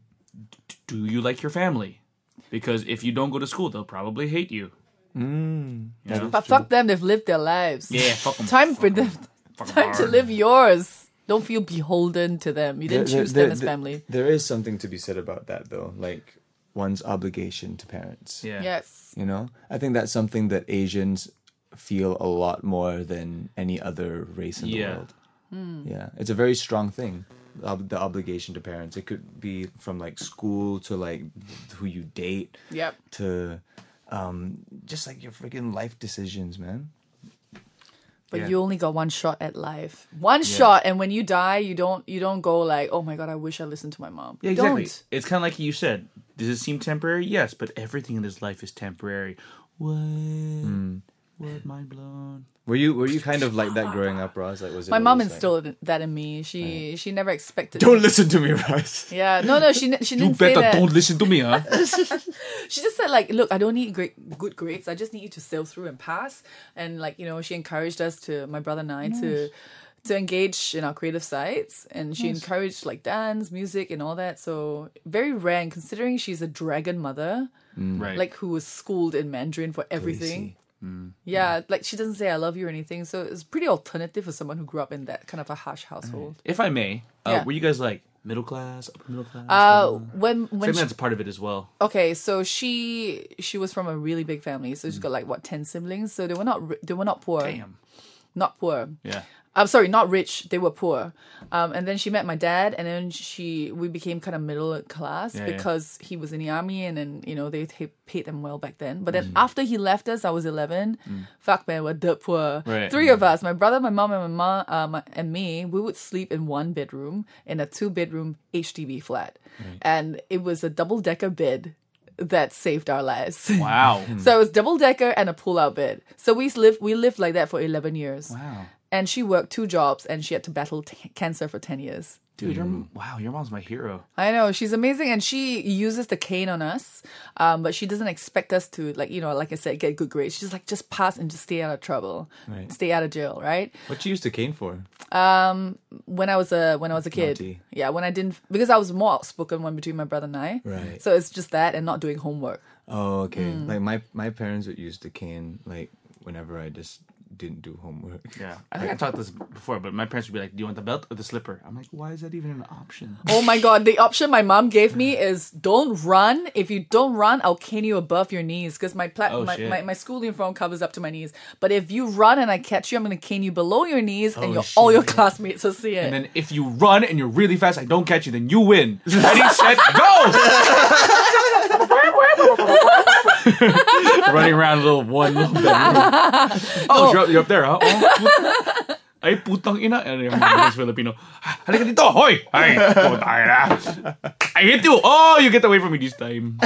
S3: d- do you like your family? Because if you don't go to school, they'll probably hate you.
S1: But fuck them. They've lived their lives.
S3: Yeah, fuck them.
S1: Time for them. Time to live yours. Don't feel beholden to them. You didn't
S2: There-
S1: choose
S2: there-
S1: them as
S2: there-
S1: family.
S2: There is something to be said about that, though, like one's obligation to parents.
S3: Yeah.
S1: Yes.
S2: You know, I think that's something that Asians feel a lot more than any other race in the
S3: Yeah.
S2: world.
S1: Hmm.
S2: Yeah, it's a very strong thing. ob- The obligation to parents. It could be from like school to like who you date
S1: Yep.
S2: to um, just like your freaking life decisions, man.
S1: But
S3: Yeah.
S1: you only got one shot at life. One shot, and when you die, you don't you don't go like, oh my god, I wish I listened to my mom.
S3: Yeah, exactly.
S1: Don't.
S3: It's kind of like you said. Does it seem temporary? Yes, but everything in this life is temporary. What? Hmm. What? Mind blown.
S2: Were you were you kind of like that growing up, Roz? Like was it
S1: My mom
S2: always, like-
S1: instilled that in me. She she never expected.
S2: Don't listen to me, Roz.
S1: Yeah, no, no, she ne- she
S3: You
S1: didn't say
S3: better
S1: that.
S3: don't listen to me, huh?
S1: She just said like, look, I don't need great good grades. I just need you to sail through and pass. And like you know, she encouraged us to my brother and I to to engage in our creative sides, and she encouraged like dance, music, and all that. So very rare, and considering she's a dragon mother.
S3: right.
S1: like who was schooled in Mandarin for everything. Yeah, like she doesn't say I love you or anything. So it's pretty alternative for someone who grew up in that kind of a harsh household.
S3: if I may, uh,
S1: Yeah.
S3: were you guys like middle class, upper middle class?
S1: Uh, when when
S3: Maybe
S1: she,
S3: that's part of it as well.
S1: okay, so she she was from a really big family, so she's got like what ten siblings. So they were not ri- they were not poor,
S3: Damn.
S1: not poor.
S3: Yeah.
S1: I'm sorry, not rich. They were poor. Um, and then she met my dad, and then she we became kind of middle class
S3: Yeah, yeah.
S1: because he was in the army, and then you know they t- paid them well back then. But then
S3: Mm.
S1: after he left us, I was 11. Fuck man, we're dirt poor.
S3: Right. Mm.
S1: Three of us, my brother, my mom, and my mom um, and me, we would sleep in one bedroom in a two bedroom HDB flat, and it was a double decker bed that saved our lives.
S3: Wow.
S1: So it was double decker and a pull out bed. So we lived we lived like that for eleven years.
S3: wow.
S1: And she worked two jobs and she had to battle t- cancer for 10 years.
S3: Dude, Mm. your wow, your mom's my hero.
S1: I know, she's amazing and she uses the cane on us, um, but she doesn't expect us to, like, you know, like I said, get good grades. She's like, just pass and just stay out of trouble,
S2: Right.
S1: stay out of jail, right?
S2: What you used to cane for?
S1: When I was a when I was a kid,
S2: Naughty.
S1: yeah, when I didn't because I was more outspoken one between my brother and I,
S2: Right.
S1: So it's just that and not doing homework.
S2: Oh, okay.
S1: Hmm.
S2: Like my my parents would use the cane like whenever I just didn't do homework.
S3: Yeah. I think I talked this before, but my parents would be like, Do you want the belt or the slipper? I'm like, Why is that even an option?
S1: Oh my god, the option my mom gave me is don't run. If you don't run, I'll cane you above your knees because my, pla-
S3: Oh,
S1: my,
S3: shit.
S1: my my school uniform covers up to my knees. But if you run and I catch you, I'm gonna cane you below your knees, and
S3: Oh,
S1: your, all your
S3: shit.
S1: classmates will see it.
S3: And then if you run and you're really fast, I don't catch you, then you win. Ready, set, go! Running around little one little bedroom. Oh, you're, up, you're up there, huh? Oh, Ay, putang ina. Ano yung mga Filipino? Halika dito, hoy! Ay, putang ina. I hit you! Oh, you get away from me this time.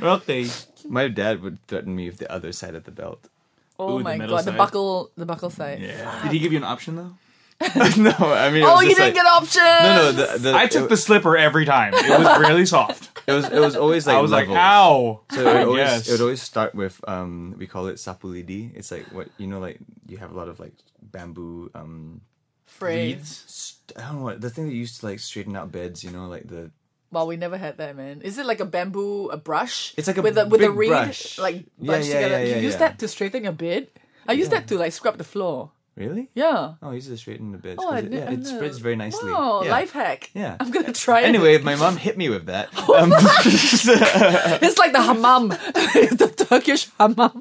S3: okay.
S2: My dad would threaten me with the other side of the belt.
S1: oh
S3: Ooh, the
S1: my
S3: metal
S1: god, the
S3: side.
S1: buckle, the buckle side.
S3: Did he give you an option, though?
S2: no, I mean. It
S1: Oh,
S2: was
S1: you
S2: just
S1: didn't get
S2: like,
S1: options.
S2: No, no. The, uh, the,
S3: I took
S2: it,
S3: the slipper every time. It was really soft.
S2: It was it was always like
S3: I was like,
S2: levels.
S3: ow!
S2: So it would, always,
S3: Yes.
S2: it would always start with um we call it sapulidi. It's like what you know like you have a lot of like bamboo um
S1: Phrase.
S2: st- I don't know what the thing that you used to like straighten out beds. You know like the
S1: Well, we never had that, man. Is it like a bamboo, a brush?
S2: It's like a
S1: with a with a
S2: big
S1: reed,
S2: brush.
S1: like
S2: Yeah,
S1: bunched
S2: yeah,
S1: together. you
S2: yeah, yeah,
S1: use
S2: yeah.
S1: that to straighten your bed. I use that to like scrub the floor.
S2: really
S1: Yeah.
S2: oh you used to straighten the beds.
S1: Oh, I
S2: 'cause it,
S1: did-
S2: yeah,
S1: I
S2: it
S1: know.
S2: spreads very nicely.
S1: Wow,
S2: yeah.
S1: life hack.
S2: Yeah.
S1: I'm gonna try it.
S2: Anyway, my mom hit me with that. Um,
S1: It's like the hammam, the Turkish hammam.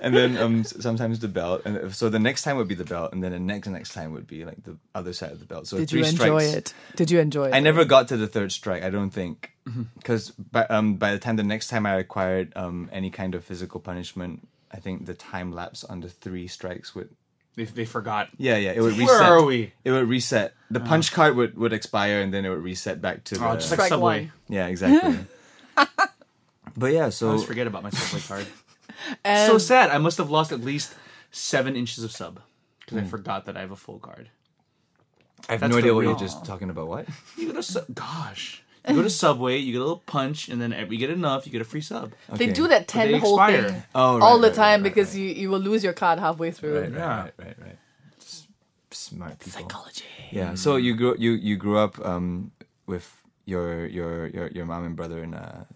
S2: and then um, s- sometimes the belt, and so the next time would be the belt, and then the next next time would be like the other side of the belt. So
S1: Did
S2: three
S1: you enjoy
S2: strikes.
S1: it? Did you enjoy it?
S2: I never got to the third strike. I don't think
S3: Mm-hmm.
S2: because by um by the time the next time I acquired um any kind of physical punishment, I think the time lapse under three strikes would
S3: They, they forgot.
S2: yeah yeah it would
S3: Where
S2: reset.
S3: are we?
S2: It would reset. The punch card would would expire and then it would reset back to the,
S3: Oh, just like
S1: Strike
S3: Subway.
S1: one.
S2: yeah exactly. but yeah, so
S3: Let's forget about my Subway card.
S1: And
S3: so sad. I must have lost at least seven inches of sub because I forgot that I have a full card.
S2: I have
S3: That's
S2: no idea
S3: for
S2: what you're
S3: real.
S2: just talking about. What?
S3: You go to sub. Gosh. You go to Subway, you get a little punch, and then every you get enough, you get a free sub.
S1: They do that
S3: they
S1: ten whole thing
S3: expire.
S2: Oh, right,
S1: all the
S2: right,
S1: time
S2: right, right,
S1: because you, you will lose your card halfway through.
S2: Right,
S3: Yeah.
S2: right, right, right. S- Smart people.
S1: Psychology.
S2: Yeah. So you grew you you grew up um, with your your your your mom and brother in uh,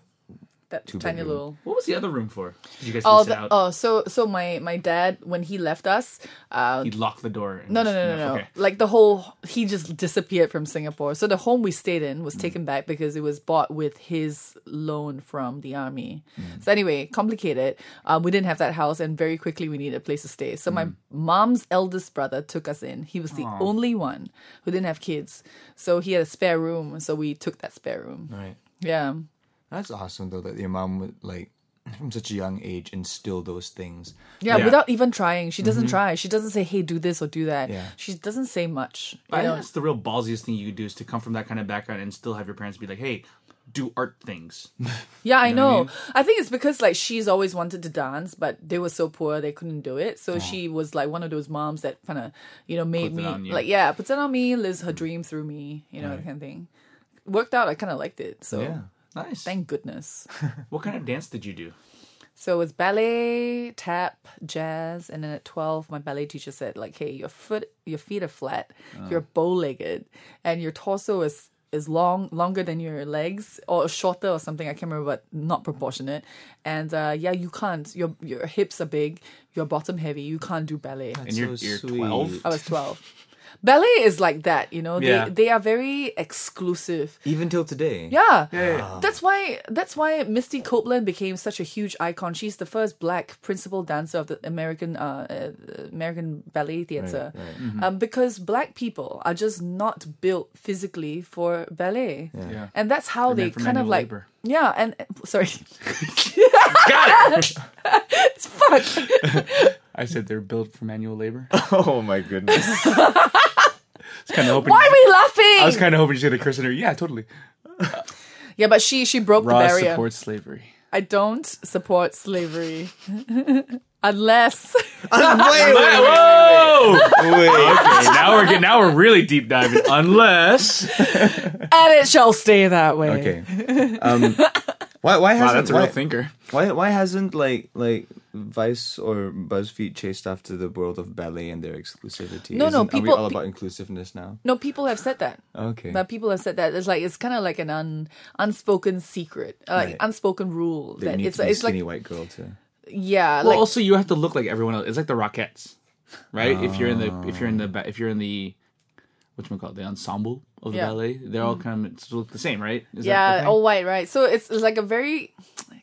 S1: That
S2: Two
S1: tiny
S2: bedroom.
S1: little.
S3: What was the other room for? Did you guys
S1: Oh,
S3: lease it
S1: the,
S3: out?
S1: oh, so so my my dad when he left us, uh,
S3: He locked the door. and
S1: no no
S3: just-
S1: no no no,
S3: Okay.
S1: like the whole he just disappeared from Singapore. So the home we stayed in was taken back because it was bought with his loan from the army. So anyway, complicated. Uh, we didn't have that house, and very quickly we needed a place to stay. So my mom's eldest brother took us in. He was the only one who didn't have kids, so he had a spare room. So we took that spare room.
S2: right.
S1: Yeah.
S2: That's awesome though that your mom would like from such a young age instill those things.
S1: Yeah,
S3: Yeah.
S1: without even trying. She doesn't try. She doesn't say, hey, do this or do that.
S2: Yeah.
S1: She doesn't say much. You
S3: I think
S1: know?
S3: that's the real ballsiest thing you could do is to come from that kind of background and still have your parents be like, "Hey, do art things."
S1: Yeah, I know. I,
S3: I mean?
S1: think it's because like she's always wanted to dance, but they were so poor they couldn't do it. So she was like one of those moms that kind of, you know, made
S3: Oh. Puts it on
S1: me
S3: you. Mm.
S1: like yeah, puts it on me, lives her dream through me, you know, that kind of thing. Worked out. I kind of liked it. So
S2: Yeah.
S3: Nice.
S1: thank goodness.
S3: What kind of dance did you do?
S1: So it was ballet, tap, jazz, and then at twelve, my ballet teacher said, like, "Hey, your foot, your feet are flat, you're bow-legged, and your torso is is long, longer than your legs, or shorter, or something. I can't remember, but not proportionate. And uh, yeah, you can't. Your your hips are big, your bottom heavy. You can't do ballet.
S3: And you're
S2: so
S3: you're
S2: sweet.
S3: twelve.
S1: I was twelve. ballet is like that, you know.
S3: Yeah.
S1: They they are very exclusive.
S2: Even till today.
S1: Yeah.
S3: Uh,
S1: That's why that's why Misty Copeland became such a huge icon. She's the first black principal dancer of the American uh, uh, American Ballet Theatre.
S3: Mm-hmm.
S1: Um, because black people are just not built physically for ballet.
S3: Yeah.
S1: And that's how
S3: They're
S1: they
S3: meant for
S1: kind of
S3: manual
S1: like
S3: labor.
S1: Yeah, and sorry.
S3: Got it.
S1: Fuck.
S3: I said they're built for manual labor.
S4: Oh my goodness.
S3: It's kind of hoping.
S1: Why are we
S3: I was
S1: laughing?
S3: kind of hoping she's gonna curse in her. Yeah, totally.
S1: Yeah, but she she broke the
S3: Raw
S1: barrier.
S3: supports slavery.
S1: I don't support slavery. Unless
S3: Whoa!
S4: Wait.
S3: Okay, now we're getting, now we're really deep diving. Unless
S1: and it shall stay that way.
S2: Okay. Um, why why hasn't
S3: wow, that's a real
S2: why,
S3: thinker.
S2: why why hasn't like like Vice or BuzzFeed chased after the world of ballet and their exclusivity?
S1: No, no,
S2: Isn't- are we
S1: people-
S2: all
S1: pe-
S2: about inclusiveness now?
S1: No, people have said that.
S2: Okay.
S1: But people have said that it's like it's kind of like an un, unspoken secret, uh,
S2: Right.
S1: unspoken rule
S2: that you
S1: that
S2: need
S1: it's
S2: to be a
S1: it's
S2: skinny
S1: like
S2: white girl to
S1: yeah,
S3: Well,
S1: like
S3: also you have to look like everyone else. It's like the Rockettes, right? If you're in the if you're in the ba- if you're in the what you call the ensemble of the
S1: Yeah. Mm-hmm.
S3: ballet, they're all kind of look the same, right? Is that the
S1: yeah,
S3: thing?
S1: all white, right? So it's, it's like a very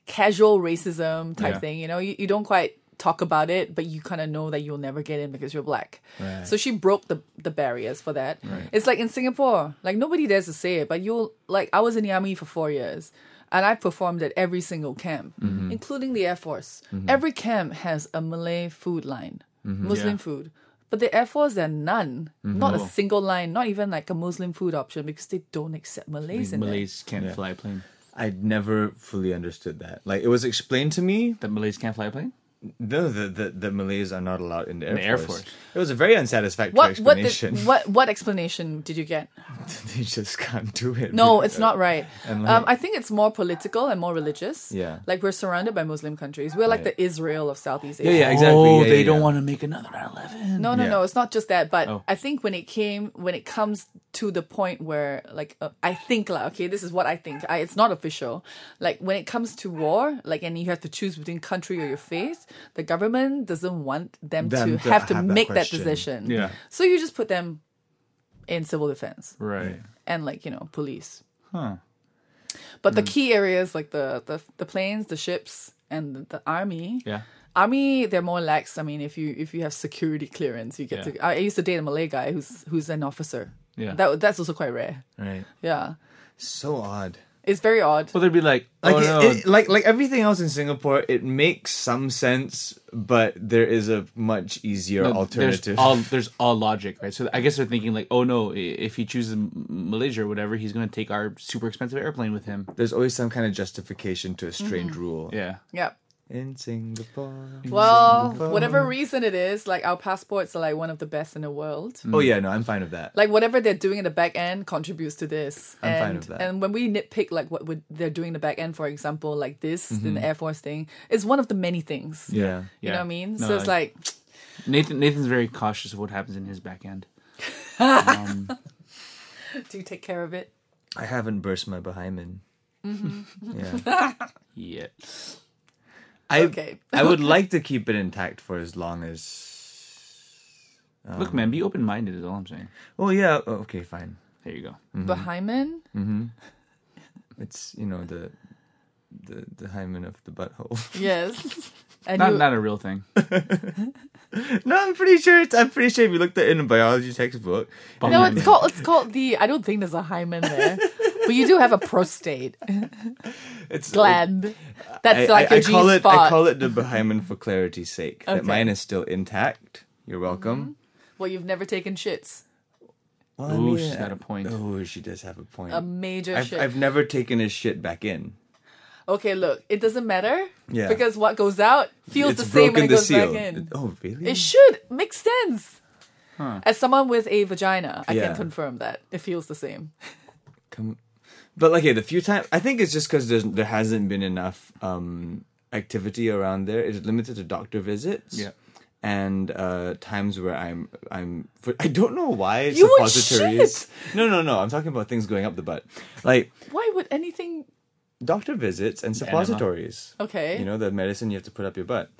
S1: casual racism type
S3: Yeah.
S1: thing. You know, you, you don't quite talk about it, but you kind of know that you'll never get in because you're black. So she broke the the barriers for that. It's like in Singapore, like nobody dares to say it, but you'll like I was in the army for four years. And I performed at every single camp,
S3: Mm-hmm.
S1: including the Air Force. Every camp has a Malay food line, Muslim
S3: Mm-hmm. Yeah. Mm-hmm.
S1: food. But the Air Force, there are none. Not a single line, not even like a Muslim food option because they don't accept Malays in there.
S3: Malays can't fly a plane.
S2: I'd never fully understood that. Like it was explained to me
S3: That Malays can't fly a plane.
S2: No, the, the the Malays are not allowed in the Air,
S3: the Air
S2: Force.
S3: Force.
S2: It was a very unsatisfactory
S1: what what
S2: explanation.
S1: did, what what explanation did you get?
S2: they just can't do it.
S1: No, it's not right.
S2: And
S1: um,
S2: like-
S1: I think it's more political and more religious.
S2: Yeah.
S1: like we're surrounded by Muslim countries. We're like the Israel of Southeast Asia.
S2: Yeah, yeah, exactly.
S3: Oh,
S2: Yeah, yeah,
S3: they don't
S2: yeah.
S3: want to make another 9/11.
S1: No, no,
S2: Yeah.
S1: no. It's not just that, but
S3: Oh.
S1: I think when it came, when it comes to the point where, like, uh, I think, like, okay, this is what I think. I, it's not official. Like, when it comes to war, like, and you have to choose between country or your faith, the government doesn't want them,
S2: Them
S1: to,
S2: to
S1: have to
S2: have that
S1: make that,
S2: question.
S1: decision.
S3: Yeah.
S1: So you just put them in civil defense
S3: Right.
S1: and, like, you know, police.
S3: Huh. Mm.
S1: But the key areas, like the the, the planes, the ships, and the, the army.
S3: Yeah.
S1: Army, they're more lax. I mean, if you if you have security clearance, you get
S3: Yeah.
S1: to. I used to date a Malay guy who's who's an officer.
S3: Yeah.
S1: That that's also quite rare.
S2: right.
S1: Yeah,
S2: So odd.
S1: it's very odd.
S3: Well, they'd be like, oh
S2: Like, it-
S3: no.
S2: it- like like everything else in Singapore, it makes some sense, but there is a much easier
S3: No,
S2: alternative.
S3: There's all, there's all logic, right? So I guess they're thinking like, oh no, i- if he chooses M- Malaysia or whatever, he's gonna take our super expensive airplane with him.
S1: Mm-hmm.
S2: There's always some kind of justification to a strange rule.
S3: Yeah,
S1: Yeah.
S2: in Singapore.
S1: Well,
S3: uh,
S1: whatever reason it is, like our passports are like one of the best in the world.
S2: Oh yeah, no, I'm fine with that.
S1: Like whatever they're doing in the back end contributes to this.
S2: I'm
S1: and
S2: fine with that.
S1: and when we nitpick like what would they're doing in the back end, for example, like this in the Air Force thing, it's one of the many things.
S2: Mm-hmm. yeah.
S1: You know what I mean? so
S3: No,
S1: it's
S3: I-
S1: like
S3: Nathan Nathan's very cautious of what happens in his back end. Um,
S1: do you take care of it?
S2: I haven't burst my behind.
S1: Mm-hmm.
S2: yeah.
S3: Yeah.
S2: I,
S1: Okay.
S2: I would like to keep it intact for as long as. Um,
S3: Look, man, be open minded is all I'm saying.
S2: Well, yeah. oh, Okay, fine.
S3: There you go.
S2: Mm-hmm.
S1: But Hyman?
S2: It's you know the, the the hymen of the butthole.
S1: Yes. And
S3: Not
S1: you,
S3: not a real thing.
S2: no, I'm pretty sure. It's, I'm pretty sure if you looked at it in a biology textbook,
S1: no, it's called it's called the I don't think there's a hymen there. but you do have a prostate
S2: it's
S1: gland.
S2: I,
S1: That's like
S2: I,
S1: your
S2: I call
S1: G
S2: it
S1: spot.
S2: I call it the hymen for clarity's sake.
S1: Okay. Mm-hmm.
S2: That mine is still intact. You're welcome.
S1: Well, you've never taken shits.
S2: Well,
S3: Ooh, she's got a point.
S2: Oh, she does have a point.
S1: A major
S2: I've,
S1: shit.
S2: I've never taken a shit back in.
S1: Okay, look, it doesn't matter.
S2: Yeah.
S1: Because what goes out feels
S2: it's
S1: the same when
S2: broken
S1: it
S2: the
S1: goes
S2: seal.
S1: back in.
S2: Oh, really?
S1: It should make sense. As someone with a vagina, I
S2: Yeah.
S1: can confirm that it feels the same.
S2: Come, but like, yeah, the few times I think it's just because there hasn't been enough um, activity around there. It's limited to doctor visits.
S3: Yeah.
S2: And uh, times where I'm, I'm, for, I don't know why
S1: You would
S2: suppositories. No, no, no. I'm talking about things going up the butt, like
S1: Why would anything?
S2: doctor visits and
S3: enema.
S2: suppositories.
S1: Okay.
S2: You know the medicine you have to put up your butt.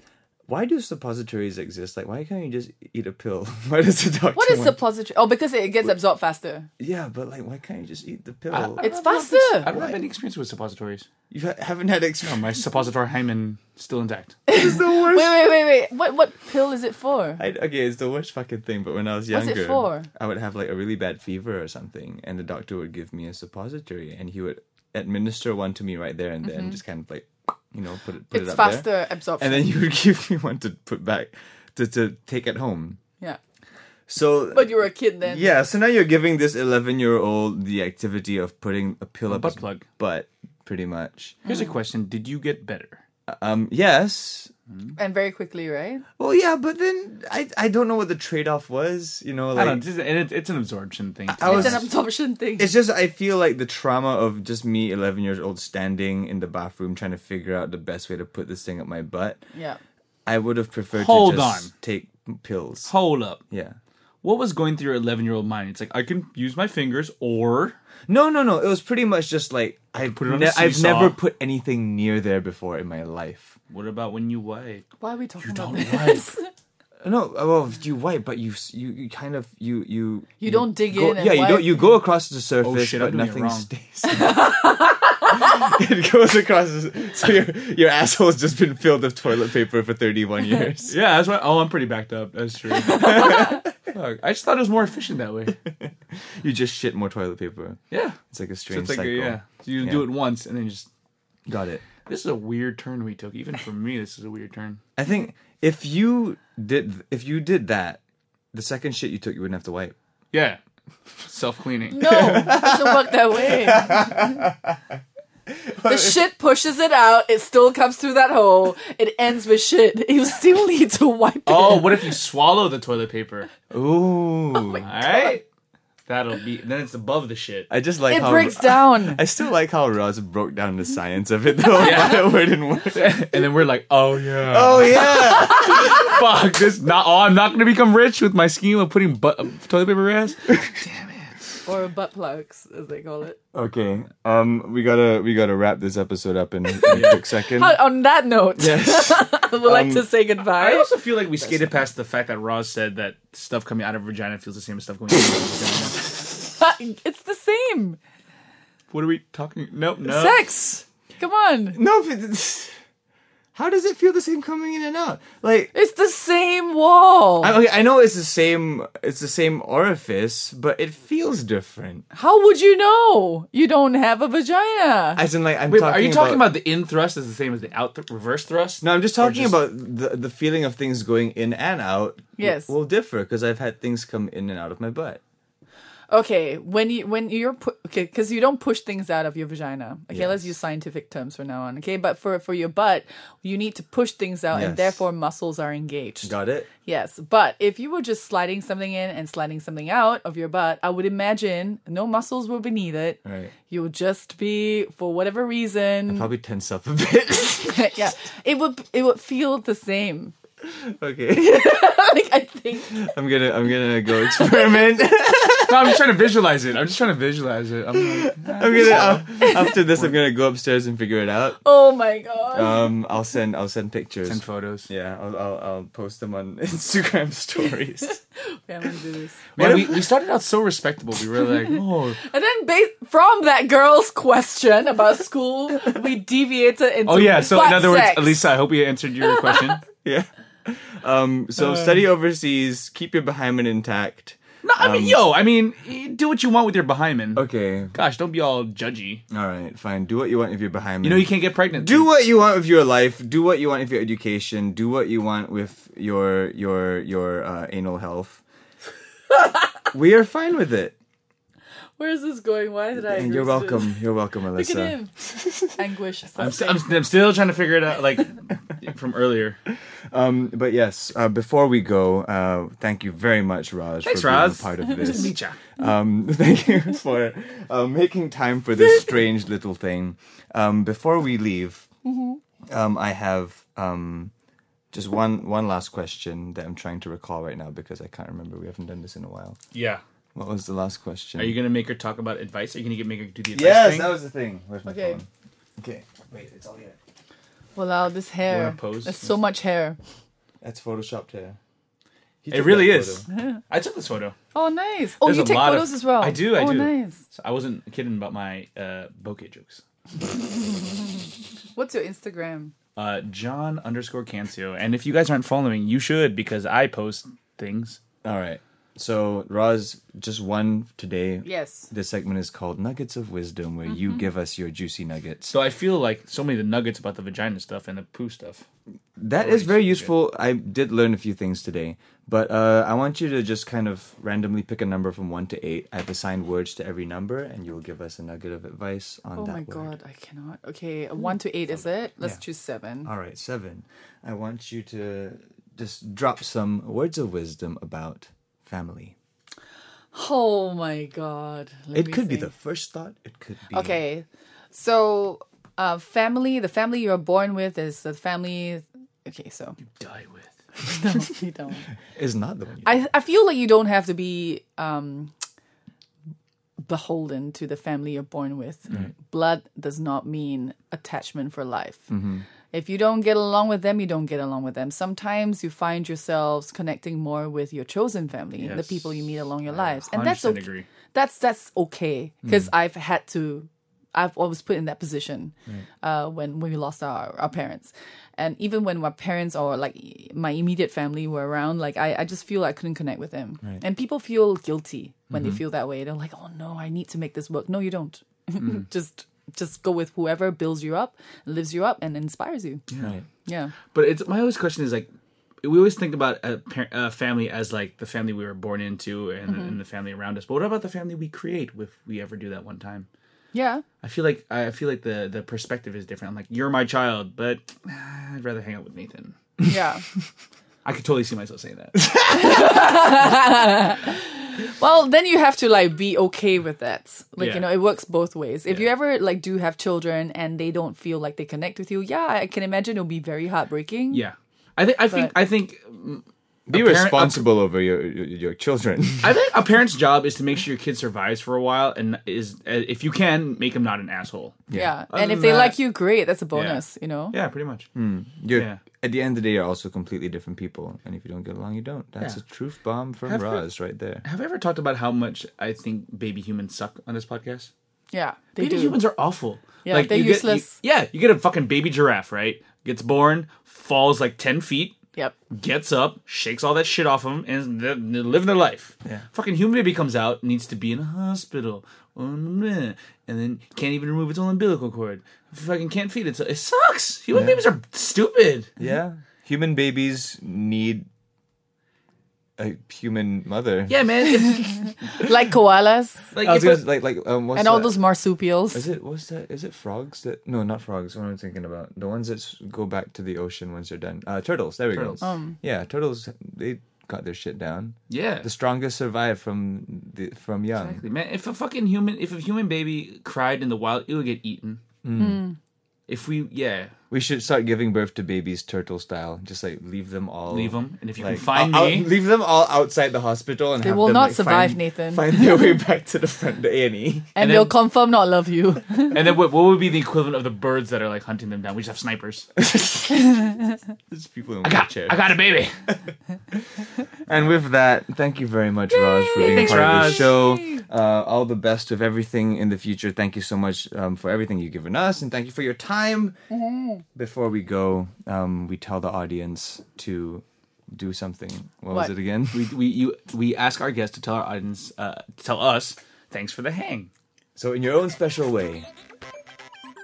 S2: Why do suppositories exist? Like, why can't you just eat a pill? why does the doctor?
S1: What is
S2: want-
S1: suppository? Oh, because it gets absorbed faster.
S2: Yeah, but like, why can't you just eat the pill?
S1: It's
S3: I
S1: faster.
S3: don't have any experience with suppositories.
S2: you ha- haven't had experience.
S3: My suppository hymen still intact.
S2: It's the worst.
S1: Wait, wait, wait, wait. What what pill is it for?
S2: I, okay, it's the worst fucking thing. But when I was
S1: What's
S2: younger,
S1: it for?
S2: I would have like a really bad fever or something, and the doctor would give me a suppository, and he would administer one to me right there and then, just kind of like, you know, put it put
S1: Mm-hmm. It's
S2: it up there,
S1: faster absorption.
S2: and then you would give me one to put back to to take at home.
S1: yeah.
S2: So.
S1: But you were a kid then.
S2: yeah, so now you're giving this 11 year old the activity of putting a pill up
S3: butt
S2: his
S3: plug.
S2: butt, pretty much.
S3: Here's a question: Did you get better?
S2: Um, yes.
S1: And very quickly, right?
S2: Well, yeah, but then I I don't know what the trade off was. You know,
S3: I
S2: like
S3: don't. This is, and it, it's an absorption thing.
S2: I was
S1: It's an absorption thing.
S2: It's just I feel like the trauma of just me, eleven years old, standing in the bathroom trying to figure out the best way to put this thing up my butt.
S1: yeah.
S2: I would have preferred
S3: Hold
S2: to just
S3: on.
S2: take pills.
S3: Hold up.
S2: Yeah.
S3: What was going through your 11 year old mind? It's like I can use my fingers, or
S2: No, no, no. It was pretty much just like I've
S3: it on
S2: ne-
S3: a
S2: I've
S3: seesaw.
S2: never put anything near there before in my life.
S3: what about when you wipe?
S1: Why are we talking about
S3: don't
S1: this?
S2: No, well, you wipe, but you s- you, you kind of you you
S1: You don't dig
S2: go-
S1: in and
S2: yeah, you don't.
S1: wipe.
S2: You go across the surface,
S3: shit,
S2: Oh, but
S3: I'm doing it
S2: nothing
S3: wrong.
S2: stays. it goes across. The, so your your asshole's just been filled with toilet paper for thirty one years.
S3: Yeah, that's why. Oh, I'm pretty backed up. That's true. Fuck. I just thought it was more efficient that way.
S2: you just shit more toilet paper.
S3: Yeah.
S2: It's like a
S3: So
S2: strange
S3: it's like,
S2: cycle.
S3: yeah. So you do
S2: Yeah.
S3: it once and then you just.
S2: Got it.
S3: This is a weird turn we took. Even for me, this is a weird turn.
S2: I think if you did if you did that, the second shit you took, you wouldn't have to wipe.
S3: Yeah. Self cleaning.
S1: No, it doesn't work that way. the shit pushes it out. It still comes through that hole. It ends with shit. You still need to wipe it.
S3: Oh, what if you swallow the toilet paper?
S2: Ooh.
S1: Oh
S3: All right. That'll be. Then it's above the shit.
S2: I just like
S1: it
S2: how
S1: breaks down.
S2: I still like how Roz broke down the science of it though. yeah. word in word.
S3: And then we're like, oh yeah.
S2: Oh yeah.
S3: fuck this not oh, i'm not gonna become rich with my scheme of putting but, toilet paper ass
S1: or butt plugs, as they call it.
S2: okay. Um we gotta we gotta wrap this episode up in, in a quick second.
S1: But on that note, we'd like to say
S3: i
S1: goodbye.
S3: also feel like we skated past the fact that ross said that stuff coming out of her vagina feels the same as stuff going in her vagina.
S1: it's the same.
S3: what are we talking nope
S1: Uh,
S3: no
S1: Sex. Come on.
S2: No but how does it feel the same coming in and out? Like
S1: It's the same wall.
S2: I, okay, I know it's the same it's the same orifice, but it feels different.
S1: How would you know? You don't have a vagina.
S2: As in, like, I'm
S3: Wait,
S2: talking
S3: are you talking about, the in thrust is the same as the out th- reverse thrust
S2: No, I'm just
S3: Or
S2: talking about the the feeling of things going in and out.
S1: Yes.
S2: will, will differ because I've had things come in and out of my butt.
S1: Okay, when you when you're pu- okay, because you don't push things out of your vagina. Okay, let's use scientific terms from now on. Okay, but for for your butt, you need to push things out, and
S2: Yes.
S1: therefore muscles are engaged.
S2: Got it?
S1: Yes, but if you were just sliding something in and sliding something out of your butt, I would imagine no muscles will be needed.
S2: Right.
S1: You'll just be for whatever reason.
S2: Probably tense up a bit.
S1: yeah, it would it would feel the same.
S2: okay.
S1: Like I think
S2: I'm gonna I'm gonna go experiment.
S3: No, I'm just trying to visualize it. I'm just trying to visualize it. I'm like,
S2: I'm gonna uh, after this I'm gonna go upstairs and figure it out.
S1: Oh my god.
S2: Um I'll send I'll send pictures.
S3: send photos.
S2: yeah, I'll, I'll I'll post them on Instagram stories.
S1: Okay, I'm gonna do this.
S3: Man, we, we started out so respectable. We were like, oh,
S1: And then, based from that girl's question about school, we deviated into
S3: oh yeah. So
S1: butt
S3: in other words,
S1: sex.
S3: Elisa, I hope we answered your question.
S2: yeah. Um so study overseas, keep your behind intact.
S3: No, I mean, yo, I mean, y- do what you want with your behindman.
S2: Okay.
S3: Gosh, don't be all judgy.
S2: All right, fine. Do what you want if you're behind
S3: You know you can't get pregnant.
S2: do what you want with your life. Do what you want with your education. Do what you want with your your your uh, anal health. we are fine with it,
S1: Where is this going? Why did I?
S2: and you're
S1: agree to
S2: welcome. You're welcome,
S1: this? Look at
S2: Alyssa.
S1: him. Anguish.
S3: I'm, st- I'm, st- I'm still trying to figure it out, like from earlier.
S2: Um, but yes, uh, before we go, uh, thank you very much, Raj.
S3: Thanks,
S2: for being
S3: Raj.
S2: a part of this.
S3: Meet ya.
S2: um, thank you for uh, making time for this strange little thing. Um, before we leave,
S1: Mm-hmm.
S2: um, I have um, just one one last question that I'm trying to recall right now because I can't remember. We haven't done this in a while.
S3: Yeah.
S2: What was the last question?
S3: Are you gonna make her talk about advice? Are you gonna get make her do the advice
S2: yes,
S3: thing?
S2: that was the thing. Where's my
S1: Okay.
S2: phone? Okay, wait, it's all here.
S1: Wow, this hair.
S3: Wanna pose?
S1: There's so much hair.
S2: That's photoshopped hair. He
S3: it
S2: took
S3: really
S2: that
S3: is.
S2: photo.
S3: I took this photo.
S1: Oh, nice. Oh,
S3: There's
S1: you
S3: a
S1: take
S3: lot of-
S1: photos as well.
S3: I do, I
S1: oh,
S3: do.
S1: nice.
S3: So I wasn't kidding about my uh, bokeh jokes.
S1: What's your Instagram?
S3: Uh, John underscore Cancio, and if you guys aren't following, you should because I post things.
S2: All right. So, Roz, just one today.
S1: Yes. Mm-hmm.
S2: This segment is called Nuggets of Wisdom, where you give us your juicy nuggets.
S3: So I feel like so many of the nuggets about the vagina stuff and the poo stuff.
S2: That is very useful. I did learn a few things today, but uh, I want you to just kind of randomly pick a number from one to eight. I've assigned words to every number, and you will give us a nugget of advice on
S1: Oh
S2: that
S1: my
S2: word.
S1: god, I cannot. Okay, one to eight
S3: Oh,
S1: is it? Let's choose seven.
S2: All right, seven. I want you to just drop some words of wisdom about family.
S1: Oh my god. Let
S2: It
S1: me
S2: could be
S1: think.
S2: the first thought. It could be
S1: Okay, so uh, family, the family you're born with is the family. Okay, so
S3: Die with.
S1: no, you don't.
S2: is not the one. You
S1: I I feel like you don't have to be um, beholden to the family you're born with. Blood does not mean attachment for life. If you don't get along with them, you don't get along with them. Sometimes you find yourselves connecting more with your chosen family, the people you meet along your lives, and that's
S3: 100%
S1: okay.
S3: agree.
S1: That's that's okay because I've had to. I've always put in that position uh, when when we lost our, our parents, and even when my parents or like my immediate family were around, like I, I just feel I couldn't connect with them, and people feel guilty when they feel that way. They're like, oh no, I need to make this work. No, you don't. just just go with whoever builds you up, lives you up, and inspires you.
S2: Right.
S1: Yeah.
S3: But it's my always question is like, we always think about a, par- a family as like the family we were born into and, and the family around us. But what about the family we create if we ever do that one time?
S1: Yeah.
S3: I feel like I feel like the the perspective is different. I'm like, you're my child, but ah, I'd rather hang out with Nathan.
S1: Yeah.
S3: I could totally see myself saying that.
S1: Well, then you have to like be okay with that. Like
S3: Yeah.
S1: you know, it works both ways. If you
S3: Yeah.
S1: ever like do have children and they don't feel like they connect with you, yeah, I can imagine it'll be very heartbreaking.
S3: yeah, I think I think
S1: But-
S3: I think mm,
S2: be
S3: parent-
S2: responsible over your your, your children.
S3: I think a parent's job is to make sure your kid survives for a while, and is uh, if you can make him not an asshole.
S1: Yeah.
S3: Other
S1: And if
S3: than
S1: they
S3: that-
S1: like you, great. That's a bonus. You know.
S3: Yeah, pretty much.
S2: Hmm. You're,
S3: Yeah.
S2: At the end of the day, you're also completely different people, and if you don't get along, you don't. That's
S3: Yeah.
S2: a truth bomb from
S3: Have you-
S2: Roz right there.
S3: Have I ever talked about how much I think baby humans suck on this podcast?
S1: Yeah. They
S3: Baby
S1: do.
S3: humans are awful.
S1: Yeah, they're
S3: you get- you-
S1: useless.
S3: yeah, you get a fucking baby giraffe, right? Gets born, falls like ten feet.
S1: Yep.
S3: gets up, shakes all that shit off him, and they're they're living their life. Fucking human baby comes out, needs to be in a hospital, um, meh, and then can't even remove its own umbilical cord. Fucking can't feed itself. It sucks. Human babies are stupid.
S2: Yeah, human babies need a human mother.
S3: Yeah, man. It's,
S1: like koalas
S3: like,
S2: I was
S3: if
S2: gonna,
S3: a-
S2: like like um, what's
S1: and all
S2: that?
S1: those marsupials.
S2: Is it what's that? Is it frogs that? No, not frogs. What am I thinking about? The ones that s- go back to the ocean once they're done. Uh, turtles. There we
S3: Turtles.
S2: go.
S1: Um.
S2: Yeah, turtles. They got their shit down.
S3: yeah.
S2: The strongest survive from the from young.
S3: Exactly, man. If a fucking human, if a human baby cried in the wild, it would get eaten.
S2: Mm.
S3: If we, yeah,
S2: We should start giving birth to babies turtle style. Just like leave them all.
S3: leave them, and if you
S2: Like,
S3: can find
S2: out-
S3: me,
S2: out- leave them all outside the hospital, and
S1: They
S2: have
S1: will
S2: them,
S1: not
S2: like,
S1: survive,
S2: find-
S1: Nathan.
S2: Find their way back to the front, the A and E.
S1: and,
S3: and
S1: they'll
S3: then-
S1: confirm not love you.
S3: and then what, what would be the equivalent of the birds that are like hunting them down? We just have snipers.
S2: There's people in
S3: God,
S2: wheelchairs.
S3: I got a baby.
S2: And with that, thank you very much, Raj, for being
S3: Thanks,
S2: part of the
S3: Raj.
S2: show. Uh, all the best with everything in the future. Thank you so much um, for everything you've given us, and thank you for your time. Before we go, um, we tell the audience to do something. What, was
S1: What?
S2: it again?
S3: we we you we ask our guests to tell our audience, uh, to tell us, thanks for the hang.
S2: So, in your own special way.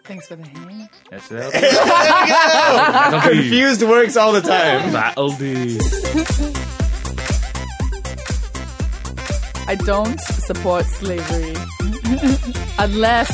S1: Thanks for the hang.
S3: That's it.
S2: Confused works all the time.
S3: That'll be.
S1: I don't support slavery unless.